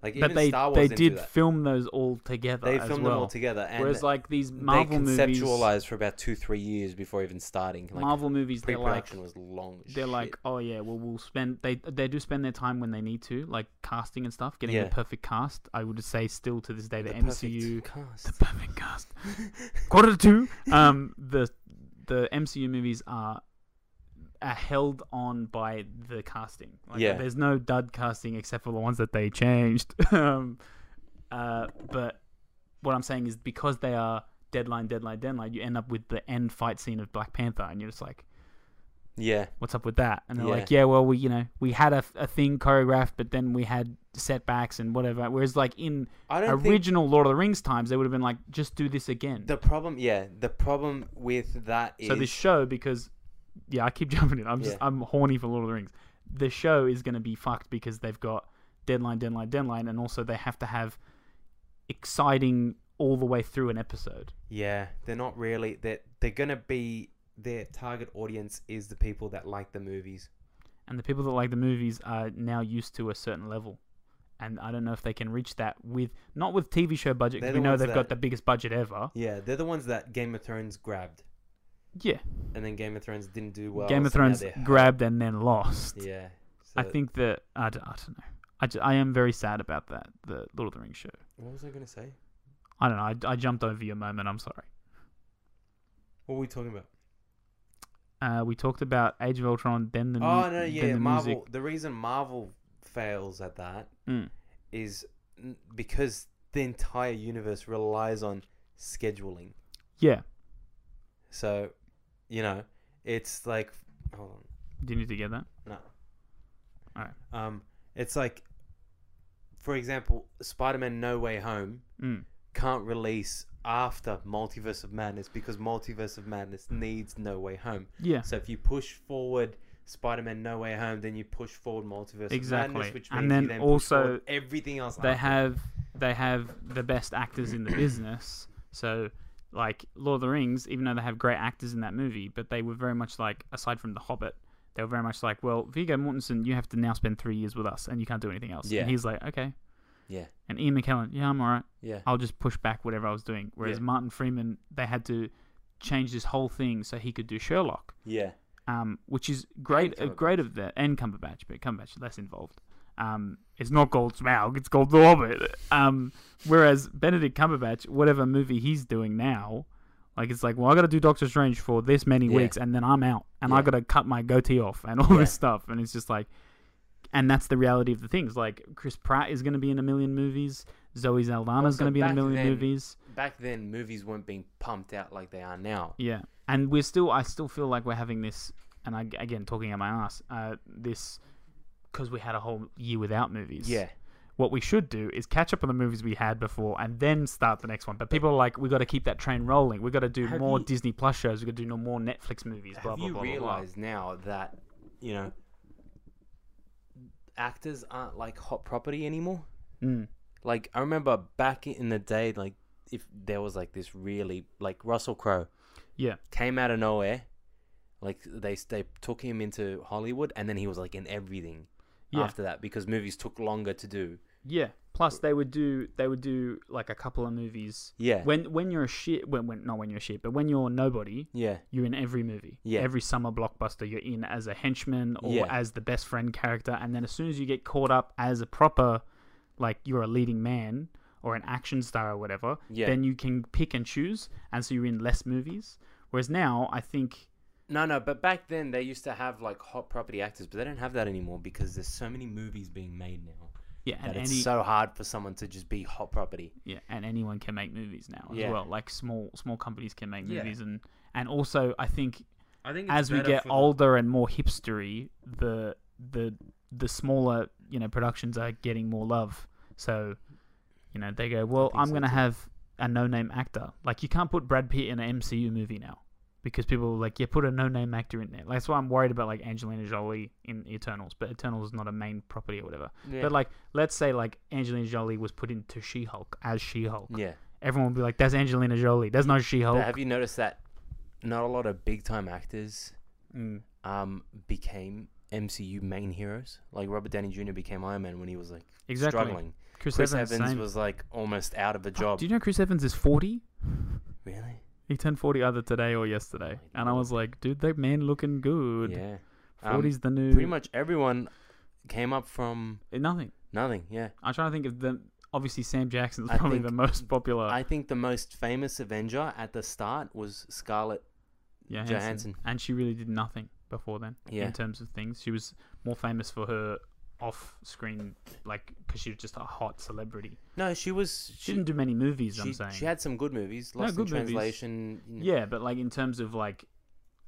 Speaker 3: Like
Speaker 1: But
Speaker 3: even
Speaker 1: they
Speaker 3: Star Wars
Speaker 1: they
Speaker 3: didn't do
Speaker 1: did
Speaker 3: that.
Speaker 1: film those all together.
Speaker 3: They
Speaker 1: as
Speaker 3: filmed
Speaker 1: well.
Speaker 3: them all together, and
Speaker 1: Whereas like these
Speaker 3: they
Speaker 1: Marvel movies,
Speaker 3: conceptualized for about two three years before even starting. Like,
Speaker 1: Marvel movies, they're like
Speaker 3: pre-production was long. as
Speaker 1: they're
Speaker 3: shit.
Speaker 1: like, oh yeah, well we'll spend they they do spend their time when they need to, like casting and stuff, getting
Speaker 3: Yeah.
Speaker 1: the perfect cast. I would say still to this day the,
Speaker 3: perfect
Speaker 1: MCU
Speaker 3: cast.
Speaker 1: the perfect cast. Quarter to two. Um, the the MCU movies are are held on by the casting. Like,
Speaker 3: Yeah.
Speaker 1: There's no dud casting except for the ones that they changed. um, uh, but what I'm saying is because they are deadline, deadline, deadline, you end up with the end fight scene of Black Panther, and you're just like,
Speaker 3: yeah,
Speaker 1: what's up with that? And they're
Speaker 3: Yeah.
Speaker 1: like, yeah, well, we, you know, we had a, f- a thing choreographed, but then we had setbacks and whatever. Whereas, like, in
Speaker 3: I don't think
Speaker 1: original Lord of the Rings times, they would have been like, just do this again.
Speaker 3: the problem. Yeah, the problem with that is
Speaker 1: so this show, because, yeah, I keep jumping in. I'm just,
Speaker 3: Yeah.
Speaker 1: I'm horny for Lord of the Rings. The show is going to be fucked because they've got deadline, deadline, deadline, and also they have to have exciting all the way through an episode.
Speaker 3: Yeah, they're not really. They're, they're going to be. Their target audience is the people that like the movies.
Speaker 1: And the people that like the movies are now used to a certain level. And I don't know if they can reach that with not with TV show budget. 'cause
Speaker 3: They're
Speaker 1: we
Speaker 3: the
Speaker 1: know
Speaker 3: ones
Speaker 1: they've
Speaker 3: that-
Speaker 1: got the biggest budget ever.
Speaker 3: Yeah, they're the ones that Game of Thrones grabbed.
Speaker 1: Yeah,
Speaker 3: And then Game of Thrones didn't do well.
Speaker 1: Game of
Speaker 3: so now
Speaker 1: Thrones
Speaker 3: they're-
Speaker 1: grabbed and then lost.
Speaker 3: Yeah.
Speaker 1: I
Speaker 3: so-
Speaker 1: think that I, d- I don't know. I, ju- I am very sad about that. The Lord of the Rings show.
Speaker 3: What was I going to say?
Speaker 1: I don't know. I, I jumped over your moment. I'm sorry.
Speaker 3: What were we talking about?
Speaker 1: Uh, we talked about Age of Ultron, then the mu-
Speaker 3: oh, no,
Speaker 1: then
Speaker 3: yeah.
Speaker 1: the
Speaker 3: Marvel.
Speaker 1: music.
Speaker 3: The reason Marvel fails at that
Speaker 1: Mm.
Speaker 3: is n- because the entire universe relies on scheduling.
Speaker 1: Yeah,
Speaker 3: So, you know, it's like. Hold on.
Speaker 1: do you need to get that?
Speaker 3: No.
Speaker 1: Alright.
Speaker 3: Um, it's like, for example, Spider-Man: No Way Home
Speaker 1: Mm.
Speaker 3: can't release after Multiverse of Madness because Multiverse of Madness needs No Way Home.
Speaker 1: Yeah,
Speaker 3: So if you push forward Spider-Man: No Way Home, then you push forward Multiverse of
Speaker 1: Exactly.
Speaker 3: Madness, which means
Speaker 1: And
Speaker 3: you
Speaker 1: then
Speaker 3: then
Speaker 1: also
Speaker 3: push forward everything else.
Speaker 1: they
Speaker 3: after.
Speaker 1: have they have the best actors in the business. So like Lord of the Rings, even though they have great actors in that movie, but they were very much like aside from The Hobbit, they were very much like, well, Viggo Mortensen, you have to now spend three years with us, and you can't do anything else.
Speaker 3: Yeah.
Speaker 1: And he's like, okay.
Speaker 3: Yeah.
Speaker 1: And Ian McKellen, yeah, I'm alright.
Speaker 3: yeah,
Speaker 1: I'll just push back whatever I was doing. Whereas
Speaker 3: Yeah.
Speaker 1: Martin Freeman, they had to change this whole thing so he could do Sherlock,
Speaker 3: yeah,
Speaker 1: um, which is great. Uh,
Speaker 3: And Cumberbatch.
Speaker 1: great of the and Cumberbatch, but Cumberbatch is less involved. Um, it's not called Smaug, it's called The Hobbit. Um, whereas Benedict Cumberbatch, whatever movie he's doing now, like it's like, well, I got to do Doctor Strange for this many
Speaker 3: Yeah.
Speaker 1: weeks, and then I'm out, and I
Speaker 3: Yeah.
Speaker 1: got to cut my goatee off, and all
Speaker 3: Yeah.
Speaker 1: this stuff, and it's just like, and that's the reality of the things. Like Chris Pratt is going to be in a million movies. Zoe Saldana's
Speaker 3: Also,
Speaker 1: going to be in a
Speaker 3: back
Speaker 1: million
Speaker 3: then-
Speaker 1: movies.
Speaker 3: Back then, movies weren't being pumped out like they are now.
Speaker 1: Yeah, and we're still. I still feel like we're having this, and I, again talking out my ass. Uh, this because we had a whole year without movies.
Speaker 3: Yeah,
Speaker 1: What we should do is catch up on the movies we had before, and then start the next one. But people are like, we got to keep that train rolling. We got to do
Speaker 3: Have
Speaker 1: more
Speaker 3: you-
Speaker 1: Disney Plus shows. We got to do no more Netflix movies. Blah
Speaker 3: Have
Speaker 1: blah
Speaker 3: you
Speaker 1: blah. blah, blah.
Speaker 3: realize now that you know actors aren't like hot property anymore?
Speaker 1: Mm.
Speaker 3: Like I remember back in the day, like if there was like this really like Russell Crowe,
Speaker 1: Yeah.
Speaker 3: came out of nowhere. Like they they took him into Hollywood, and then he was like in everything
Speaker 1: Yeah.
Speaker 3: after that because movies took longer to do.
Speaker 1: Yeah. Plus, they would do they would do like a couple of movies.
Speaker 3: Yeah,
Speaker 1: When when you're a shit, when, when not when you're a shit, but when you're nobody,
Speaker 3: yeah,
Speaker 1: you're in every movie.
Speaker 3: Yeah.
Speaker 1: Every summer blockbuster, you're in as a henchman or
Speaker 3: Yeah.
Speaker 1: as the best friend character, and then as soon as you get caught up as a proper, like you're a leading man or an action star or whatever,
Speaker 3: yeah.
Speaker 1: then you can pick and choose, and so you're in less movies. Whereas now, I think
Speaker 3: no, no, but back then they used to have like hot property actors, but they don't have that anymore because there's so many movies being made now.
Speaker 1: yeah, and
Speaker 3: that
Speaker 1: any
Speaker 3: it's so hard for someone to just be hot property.
Speaker 1: yeah, and anyone can make movies now as
Speaker 3: Yeah.
Speaker 1: well. Like small small companies can make
Speaker 3: Yeah.
Speaker 1: movies, and and also I think
Speaker 3: I think
Speaker 1: as we get older and more hipstery, the the the smaller you know productions are getting more love. So, you know, they go, well,
Speaker 3: think
Speaker 1: I'm
Speaker 3: so
Speaker 1: gonna
Speaker 3: too.
Speaker 1: have a no-name actor. Like you can't put Brad Pitt in an MCU movie now. because people were like, yeah, put a no name actor in there. Like, that's why I'm worried about like Angelina Jolie in Eternals, but Eternals is not a main property or whatever.
Speaker 3: Yeah.
Speaker 1: But like, let's say like Angelina Jolie was put into She Hulk as She Hulk.
Speaker 3: yeah.
Speaker 1: Everyone would be like, that's Angelina Jolie. There's no She
Speaker 3: But
Speaker 1: Hulk.
Speaker 3: have you noticed that not a lot of big time actors
Speaker 1: Mm.
Speaker 3: um became MCU main heroes? Like Robert Downey Jr. became Iron Man when he was like
Speaker 1: Exactly.
Speaker 3: struggling.
Speaker 1: Chris,
Speaker 3: Chris
Speaker 1: Evans,
Speaker 3: Evans
Speaker 1: same.
Speaker 3: was like almost out of a job.
Speaker 1: Do you know Chris Evans is 40?
Speaker 3: Really?
Speaker 1: He turned 40 either today or yesterday.
Speaker 3: my
Speaker 1: And I was like, dude, that man looking good.
Speaker 3: Oh, Yeah. Um,
Speaker 1: 40's the new.
Speaker 3: Pretty much everyone came up from
Speaker 1: Nothing.
Speaker 3: nothing. Yeah.
Speaker 1: I'm trying to think of the. Obviously, Sam Jackson's
Speaker 3: I
Speaker 1: probably
Speaker 3: think-
Speaker 1: the most popular.
Speaker 3: I think the most famous Avenger at the start was Scarlet.
Speaker 1: yeah,
Speaker 3: Johansson.
Speaker 1: And she really did nothing before then
Speaker 3: Yeah.
Speaker 1: in terms of things. She was more famous for her off screen, like, because she was just a hot celebrity.
Speaker 3: No, she was.
Speaker 1: She
Speaker 3: She,
Speaker 1: didn't do many movies,
Speaker 3: she,
Speaker 1: I'm saying.
Speaker 3: she had some good movies.
Speaker 1: No,
Speaker 3: Lost
Speaker 1: good
Speaker 3: in
Speaker 1: movies.
Speaker 3: Translation. you know.
Speaker 1: yeah, but, like, in terms of, like,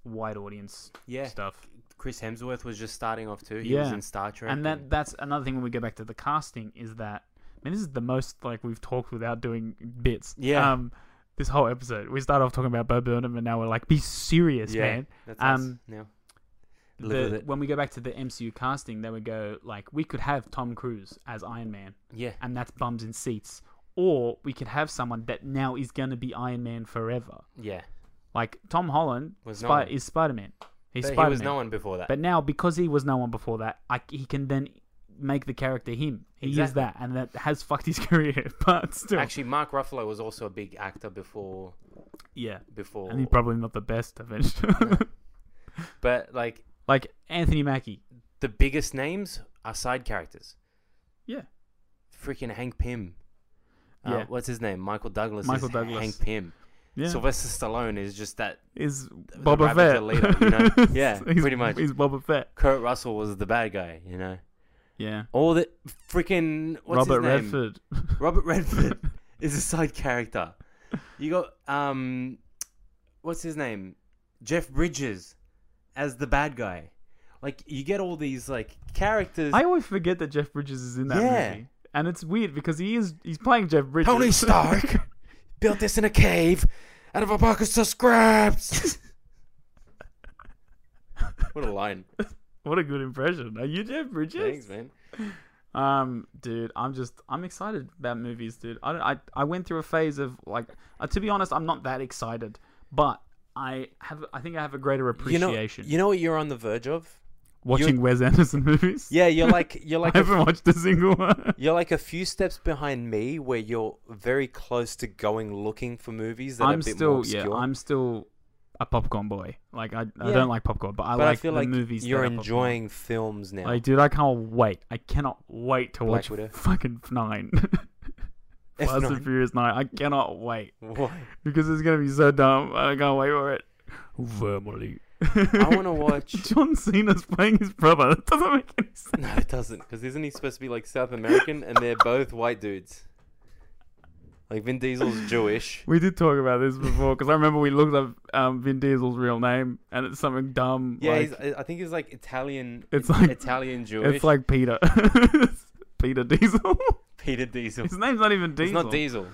Speaker 1: wide audience
Speaker 3: Yeah.
Speaker 1: stuff.
Speaker 3: Chris Hemsworth was just starting off too. He was
Speaker 1: Yeah.
Speaker 3: in Star Trek.
Speaker 1: And that that's another thing when we go back to the casting is that I mean this is the most like we've talked without doing bits.
Speaker 3: Yeah.
Speaker 1: Um, this whole episode we started off talking about Bo Burnham and now we're like, be serious,
Speaker 3: Yeah.
Speaker 1: man.
Speaker 3: That's us
Speaker 1: um,
Speaker 3: now. Live with
Speaker 1: The,
Speaker 3: it.
Speaker 1: when we go back to the MCU casting, they would go like we could have Tom Cruise as Iron Man,
Speaker 3: Yeah.
Speaker 1: and that's bums in seats, or we could have someone that now is going to be Iron Man forever,
Speaker 3: Yeah.
Speaker 1: like Tom Holland
Speaker 3: Was
Speaker 1: Spi-
Speaker 3: no one.
Speaker 1: is Spider Man. He's
Speaker 3: But
Speaker 1: Spider Man.
Speaker 3: he was no one before that.
Speaker 1: But now, because he was no one before that, I, he can then make the character him. He is
Speaker 3: Exactly.
Speaker 1: that, and that has fucked his career. But still,
Speaker 3: Actually, Mark Ruffalo was also a big actor before.
Speaker 1: yeah,
Speaker 3: Before,
Speaker 1: and he's probably not the best eventually.
Speaker 3: but like
Speaker 1: like Anthony Mackie,
Speaker 3: the biggest names are side characters.
Speaker 1: Yeah.
Speaker 3: Freaking Hank Pym. Uh,
Speaker 1: Yeah.
Speaker 3: What's his name? Michael Douglas.
Speaker 1: Michael
Speaker 3: is
Speaker 1: Douglas.
Speaker 3: Hank Pim.
Speaker 1: yeah,
Speaker 3: Sylvester Stallone is just that.
Speaker 1: is Boba
Speaker 3: Ravager
Speaker 1: Fett.
Speaker 3: leader, you know? Yeah,
Speaker 1: He's-
Speaker 3: pretty much.
Speaker 1: He's Boba Fett.
Speaker 3: Kurt Russell was the bad guy, you know.
Speaker 1: Yeah,
Speaker 3: All the freaking what's
Speaker 1: Robert
Speaker 3: his name?
Speaker 1: Redford.
Speaker 3: Robert Redford is a side character. You got um, what's his name? Jeff Bridges as the bad guy. Like you get all these like characters.
Speaker 1: I always forget that Jeff Bridges is in that
Speaker 3: Yeah.
Speaker 1: movie, and it's weird because he is—he's playing Jeff Bridges.
Speaker 3: Tony Stark built this in a cave out of a box of scraps. what a line!
Speaker 1: what a good impression. Are you Jeff Bridges?
Speaker 3: Thanks, man.
Speaker 1: Um, dude, I'm just I'm excited about movies, dude. I don't, I I went through a phase of like, uh, to be honest, I'm not that excited, but I have I think I have a greater
Speaker 3: You know,
Speaker 1: appreciation
Speaker 3: you know what you're on the verge of?
Speaker 1: watching Wes Anderson movies.
Speaker 3: Yeah, you're like you're like
Speaker 1: I
Speaker 3: a,
Speaker 1: haven't watched a single one.
Speaker 3: you're like a few steps behind me, where you're very close to going looking for movies that are a
Speaker 1: I'm
Speaker 3: bit
Speaker 1: still
Speaker 3: more
Speaker 1: yeah,
Speaker 3: obscure.
Speaker 1: I'm still a popcorn boy. Like I, I
Speaker 3: Yeah.
Speaker 1: don't like popcorn, but I
Speaker 3: but
Speaker 1: like
Speaker 3: I feel
Speaker 1: the
Speaker 3: like
Speaker 1: movies.
Speaker 3: you're
Speaker 1: that are popcorn.
Speaker 3: enjoying films now.
Speaker 1: Like, dude, I can't wait. I cannot wait to
Speaker 3: Black
Speaker 1: watch
Speaker 3: Widow.
Speaker 1: fucking nine.
Speaker 3: If
Speaker 1: Fast
Speaker 3: not-
Speaker 1: and Furious nine. I cannot wait.
Speaker 3: Why?
Speaker 1: because it's gonna be so dumb. I can't wait for it. Family.
Speaker 3: I want to watch.
Speaker 1: John Cena's playing his brother. That doesn't make any sense.
Speaker 3: No, it doesn't, because isn't he supposed to be like South American and they're both white dudes? Like Vin Diesel's Jewish.
Speaker 1: We did talk about this before because I remember we looked up um, Vin Diesel's real name and it's something dumb.
Speaker 3: Yeah,
Speaker 1: like,
Speaker 3: he's, I I think he's like Italian.
Speaker 1: It's like-
Speaker 3: Italian Jewish.
Speaker 1: it's like Peter. Peter Diesel.
Speaker 3: Peter Diesel.
Speaker 1: his name's not even Diesel.
Speaker 3: It's not Diesel.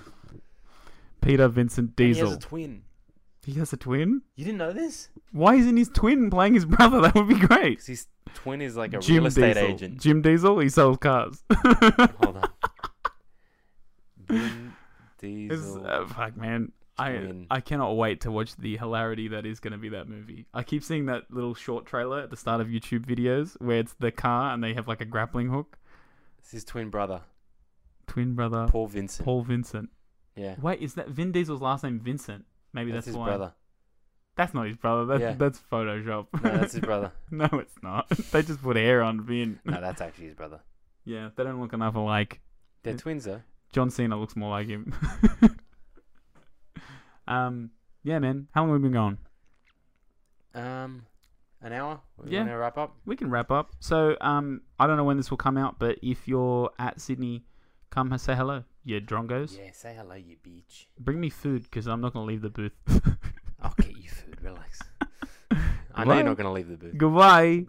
Speaker 1: Peter Vincent
Speaker 3: And He
Speaker 1: Diesel.
Speaker 3: has a twin.
Speaker 1: He has, a twin.
Speaker 3: You didn't know this?
Speaker 1: Why isn't his twin playing his brother? That would be great.
Speaker 3: Because his twin is like a
Speaker 1: Jim
Speaker 3: real estate
Speaker 1: Diesel.
Speaker 3: agent. Oh,
Speaker 1: Jim Diesel. He sells cars.
Speaker 3: Hold on. Vin
Speaker 1: It's,
Speaker 3: Diesel.
Speaker 1: uh, fuck, man. I,
Speaker 3: Twin.
Speaker 1: I cannot wait to watch the hilarity that is going to be that movie. I keep seeing that little short trailer at the start of YouTube videos where it's the car and they have like a grappling hook.
Speaker 3: It's his twin brother,
Speaker 1: Twin brother Oh, Paul,
Speaker 3: Paul Vincent.
Speaker 1: Vincent.
Speaker 3: Yeah.
Speaker 1: Wait, is that Vin Diesel's last name Vincent? Maybe
Speaker 3: That's
Speaker 1: that's,
Speaker 3: his
Speaker 1: why.
Speaker 3: brother.
Speaker 1: That's not his brother. That's
Speaker 3: Yeah.
Speaker 1: that's Photoshop.
Speaker 3: No, that's his brother.
Speaker 1: no, it's not. they just put hair on Vin.
Speaker 3: No, that's actually his brother.
Speaker 1: Yeah, they don't look enough alike.
Speaker 3: They're twins, though.
Speaker 1: John Cena looks more like him. um, yeah, man. How long have we been gone?
Speaker 3: Um, an hour. We
Speaker 1: Yeah.
Speaker 3: want to wrap up.
Speaker 1: we can wrap up. So, um, I don't know when this will come out, but if you're at Sydney, come say hello, you drongos.
Speaker 3: Yeah, say hello, you bitch.
Speaker 1: Bring me food because I'm not gonna leave the booth.
Speaker 3: I'll get you food. Relax. I know you're
Speaker 1: Hello?
Speaker 3: not gonna leave the booth.
Speaker 1: Goodbye.